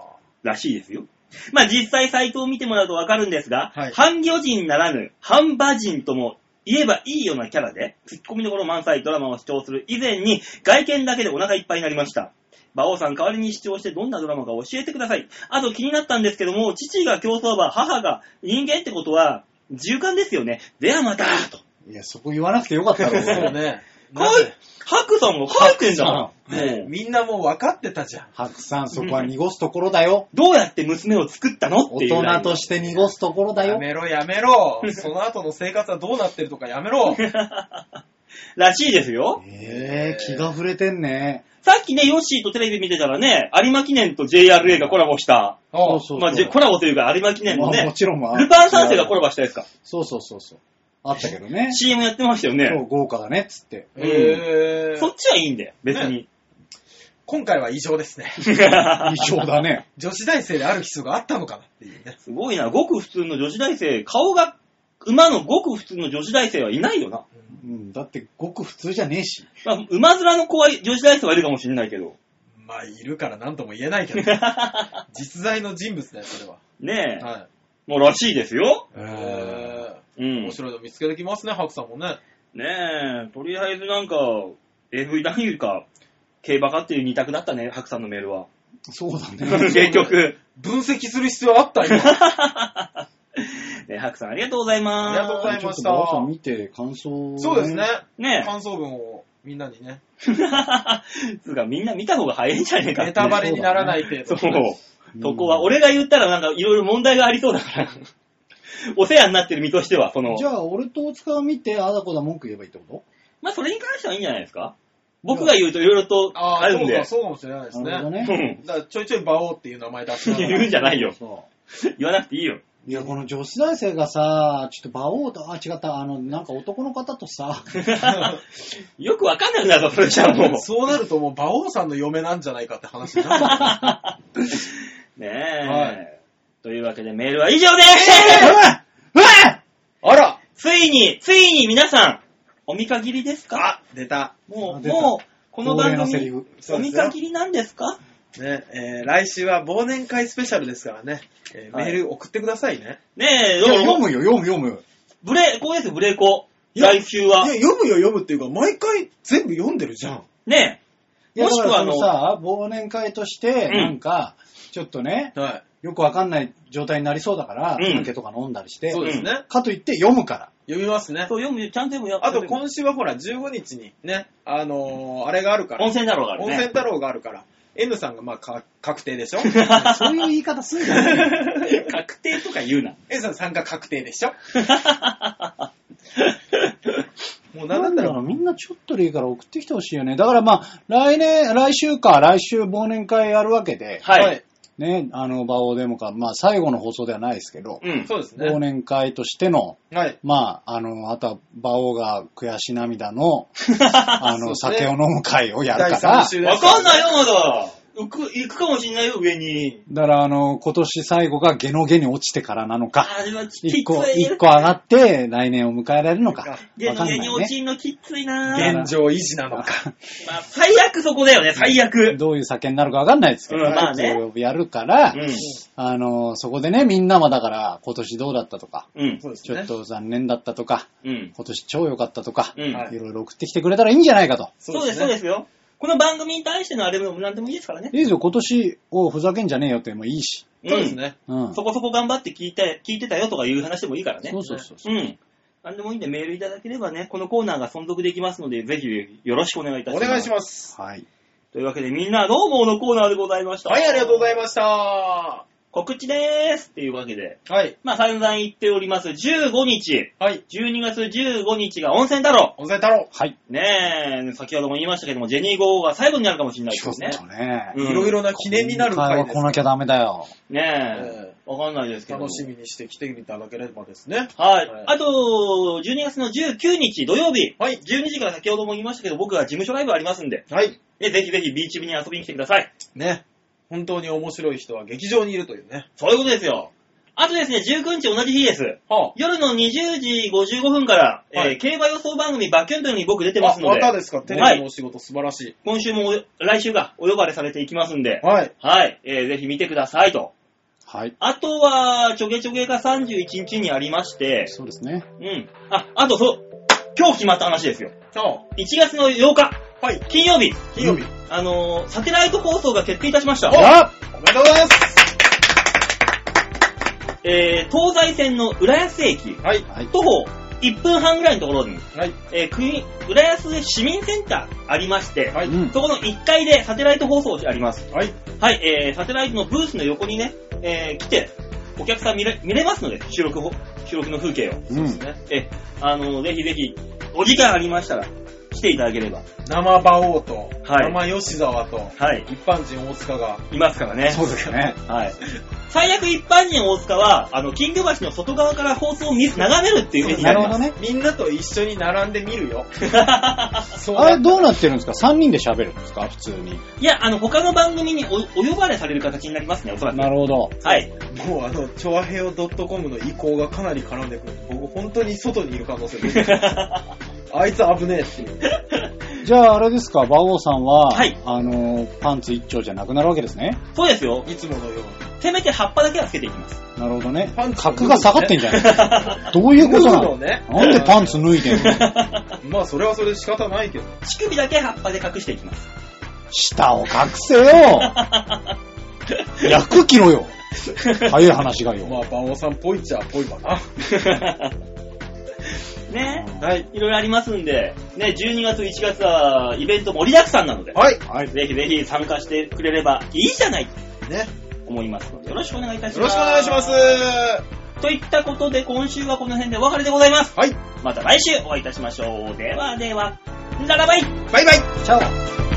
らしいですよ。まあ実際サイトを見てもらうとわかるんですが、
はい
半魚人ならぬ半馬人とも言えばいいようなキャラで、ツッコミどころ満載ドラマを視聴する以前に、外見だけでお腹いっぱいになりました。馬王さん代わりに視聴してどんなドラマか教えてください。あと気になったんですけども、父が競走馬、母が人間ってことは、従感ですよね。ではまた、と。
いや、そこ言わなくてよかった
そ
ろ。
う [laughs] ね。
は
なんで
ハクさんも書いてんだもん。
ねえ
もう
みんなもう分かってたじゃん。
[laughs] 白さん、そこは濁すところだよ。
どうやって娘を作ったのって
大
いうライン。
人として濁すところだ
や
よ。
めろやめろ。その後の生活はどうなってるとかやめろ。
らしいですよ。
ええ気が触れてんね。
さっきね、ヨッシーとテレビ見てたらね、有馬記念と JRA がコラボした、
おう
そうそう
まあ、じコラボというか有馬記念の
まあも
ね、
ちろんは
ルパン三世がコラボしたやつか。
そうそうそうそう。あったけどね。
CM やってましたよ [laughs] ね
そ。う、豪華だね、っつ
[laughs]
って。
うん
えー
そっちはいいんだよ、別に。 [laughs]
今回は異常ですね。
異常だね。
女子大生である必要があったのかなっていうね。
すごいな、ごく普通の女子大生、顔が、馬のごく普通の女子大生はいないよな。
うん、だってごく普通じゃねえし。
まあ、馬面の子は女子大生はいるかもしれないけど。
まあ、いるから何とも言えないけど。実在の人物だよ、それは。
ねえ、
はい。
もうらしいですよ。
えー
うん。
面白いの見つけてきますね、ハクさんもね。
ねえ、とりあえずなんか、AV 男優か、競馬かっていう二択だったね、白さんのメール
[laughs]
は。
そうだね。
結局。
分析する必要あった [laughs] よ。
ね、ハクさんありがとうございます。
ありがとうございました
ちょっと馬王さん見て感想を
そうですね。。
ね
感想文をみんなにね、
え。つうか、みんな見た方が早いんじゃねえかって
ネタバレにならない程
そ
度。
う。
うん
そこは、俺が言ったらなんかいろいろ問題がありそうだから。お世話になってる身としては、その
じ、ゃあ、俺と大塚を見て、あだこだ文句言えばいいってこと
まあ、それに関してはいいんじゃないですか僕が言うと色々と
あ
あ
あ、
る
そ
ん
う
で
か、。そうかもしれないですね。
なるほど
だか
ね。
うん [laughs]
らちょいちょい馬王っていう名前出しなが
言うん
ら。
じゃないよ。
そ
言わなくていいよ。 [laughs]
う。いや、この女子大生がさ、ちょっと馬王と、あ、違った、あの、なんか男の方と
[laughs]
さ、
よくわかんなくなるぞ、それじゃあもう。
[laughs] そうなるともう馬王さんの嫁なんじゃないかって話になる。
ねえ、
はい
というわけでメールは以上です、
うわ
あら
ついに、ついに皆さん、お見限りですか
出た。
も
あ
う、
出た
もう、この番
恒例のセリ
組
フ、
そ
お
うで
見
すよ
限りなんですか
[laughs] ね、えー来週は忘年会スペシャルですからね、えー
はい
メール送ってくださいね。
ねえ、
いや
どう
読
も、
むよ、読む、読む。
ブレ、こうです、ブレコ。
いや
来週は。
いや読むよ、読むっていうか、毎回全部読んでるじゃん。
ね
いや
もしくは
だからそのさ、忘年会として、
ん
なんか、ちょっとね、
は
よくわかんない状態になりそうだから、
うん
酒とか飲んだりし
い。
て
そう、ですね。
かといって読むから。
読みます
え、
ね。
そう読むよ、ちゃんと読むよ。
あと、今週はほら、15日にね、あのーあれがあるから、
温泉だろうから
温泉
ね。
太郎があるから、N さんがまあか確定でしょ
[laughs] そういう言い方すんじ
[laughs]
ゃないよ
確定とか言うな。
?N さん参加確定でしょもうなんだ
な
っ
ん
た
だ
ら
ろうな、みんなちょっとでいいから送ってきてほしいよね。だからまあ、来年、来週か、来週忘年会やるわけで、
は
はいい。
ね、あの、馬王デモか、まあ、最後の放送ではないですけど、
うん。
そうです
忘
ね。
年会としての、
はい。
まあ、あの、あとは、馬王が悔し涙
[laughs]
の、あの、
そうね
酒を飲む会をや
第
るか
3
ら、
週
わかんないよ、まだ。行く、行くかもしんないよ、上に。
だから、あの、今年最後がゲノゲに落ちてからなの
あ
か、
ー、でも、き
一
きつ
個、
い。
一個上がって、来年を迎えられるのか。わか
芸
んな
人
い
に落
ね。
ちんのきついな
で
現状維持なのか。
まあ、最悪そこだよね、最悪。
どういう酒になるかわかんないですけど、
うんまあね
一応やるから、
うん。
あの、そこでね、みんなもだから、今年どうだったとか、
うん
そ。うです
ちょ
ね
っ。と残念だったとか、
うん。
今年超良かったとか、
うん
はい
いろいろ送ってきてくれたらいいんじゃないかと。
そうです、そうですよ。この番組に対してのあれも何でもいいですからね。
いいですよ、今年をふざけんじゃねえよってもいいし。
うん
そうです。ね。
うん。
そこそこ頑張って聞いて、聞いてたよとかいう話でもいいからね
そ。うそうそうそう。
うん。何でもいいんでメールいただければね、このコーナーが存続できますので、ぜひよろしくお願いいたし
お
ます。
願いし
す。
ます。
はい。
というわけでみんなどうものコーナーでございました。
はい、ありがとうござい
す。
ました。は
告知でーすっていうわけで、
い。
まあ散々言っております、15日、
はい。
12月15日が温泉太郎。
温泉太郎。
はい。
ねえ、先ほども言いましたけども、ジェニー号が最後になるかもしれない
ち
で
ょっ
すね。
とね。
うん
いろいろな記念になる回
今
で
回
す
は来なきゃダメだよ。
ねえ
え、
わかんないですけど。
楽しみにして来ていただければですね。
はい
はい。
あと、12月の19日土曜日、
はい。
12時から先ほども言いましたけど、僕は事務所ライブありますんで、
はい。
ねぜひぜひビーチ部に遊びに来てください。
ね。本当に面白い人は劇場にいるというね。
そういうことですよ。あとですね、19日同じ日です。
は
夜の20時55分から、
は
えー
い
競馬予想番組バキュンというのに僕出て
あ、
ますの
また
で、
ですかテレビのお仕事素晴らし
今週もお、来週がお呼ばれされていきますんで
い。、はい。
はい、えーぜひ見てくださいと。
はい。
あとは、ちょげちょげが31日にありまして、
そうですね。
うん。あ、あとそう、今日決まった話ですよ。
は
1月の8日、
あはい。
金曜日、
金曜日。
あのー、サテライト放送が決定いたしました。
あ
おめでとうございます。
えー、東西線の浦安駅、
はい。
はい。
徒歩1分半ぐらいのところに、
はい。
えー国、浦安市民センターありまして、
はい。
[laughs]
うん。
そこの1階でサテライト放送あります。
はい。
はい、えー、サテライトのブースの横にね、えー、来て、お客さん見れ、見れますので、収録ほ、収録の風景を。
うん。
ね、え、あのー、ぜひぜひ、お時間ありましたら、来ていただければ。
生馬王と、
はい
生吉沢と、
はい、
一般人大塚が、
いますからね。
そうですね。
はい。最悪一般人大塚は、あの、金魚橋の外側から放送を見眺めるっていう絵にな
なる
り
ほ
ま
ど
す。
ね。
みんなと一緒に並んでみる [laughs] よ。そ
あれどう
な
なってるんですか ?3 人で喋るんですか普通に。
いや、あの、他の番組におお呼ばれされる形になりますね、おそらく。
なるほど。
はい。
もうあの、チョアヘオ .com の意向がかなり絡んでくる。僕本当に外にいる可能性出てくる [laughs] あいつ危ねえっていう。
じゃああれですか、馬王さんは、
はい
あの、パンツ一丁じゃなくなるわけですね。
そうですよ。
いつものように。
せめて葉っぱだけはつけていきます。
なるほどね
パン。ツ
格が下がってんじゃない [laughs] どういうことな
脱ぐ
の
のね
なんでパンツ脱いでん [laughs] の
まあそれはそれで仕方ないけど。
乳首だけ葉っぱで隠していきます。
下を隠せ [laughs] よ役切ろよ早い話が
ま
よ。
あ、馬王さんっぽいっちゃぽいわな。
[laughs] ね
はい。
いろいろありますんで、ね、12月、1月はイベント盛りだくさんなので、
はい。
はい。
ぜひぜひ参加してくれればいいじゃないと
ね。
思いますので、よろしくお願いいたします。
よろしくお願いします。
といったことで今週はこの辺でお別れでございます。
はい。
また来週お会いいたしましょう。ではでは、ララバイ
バイバイ
チャオ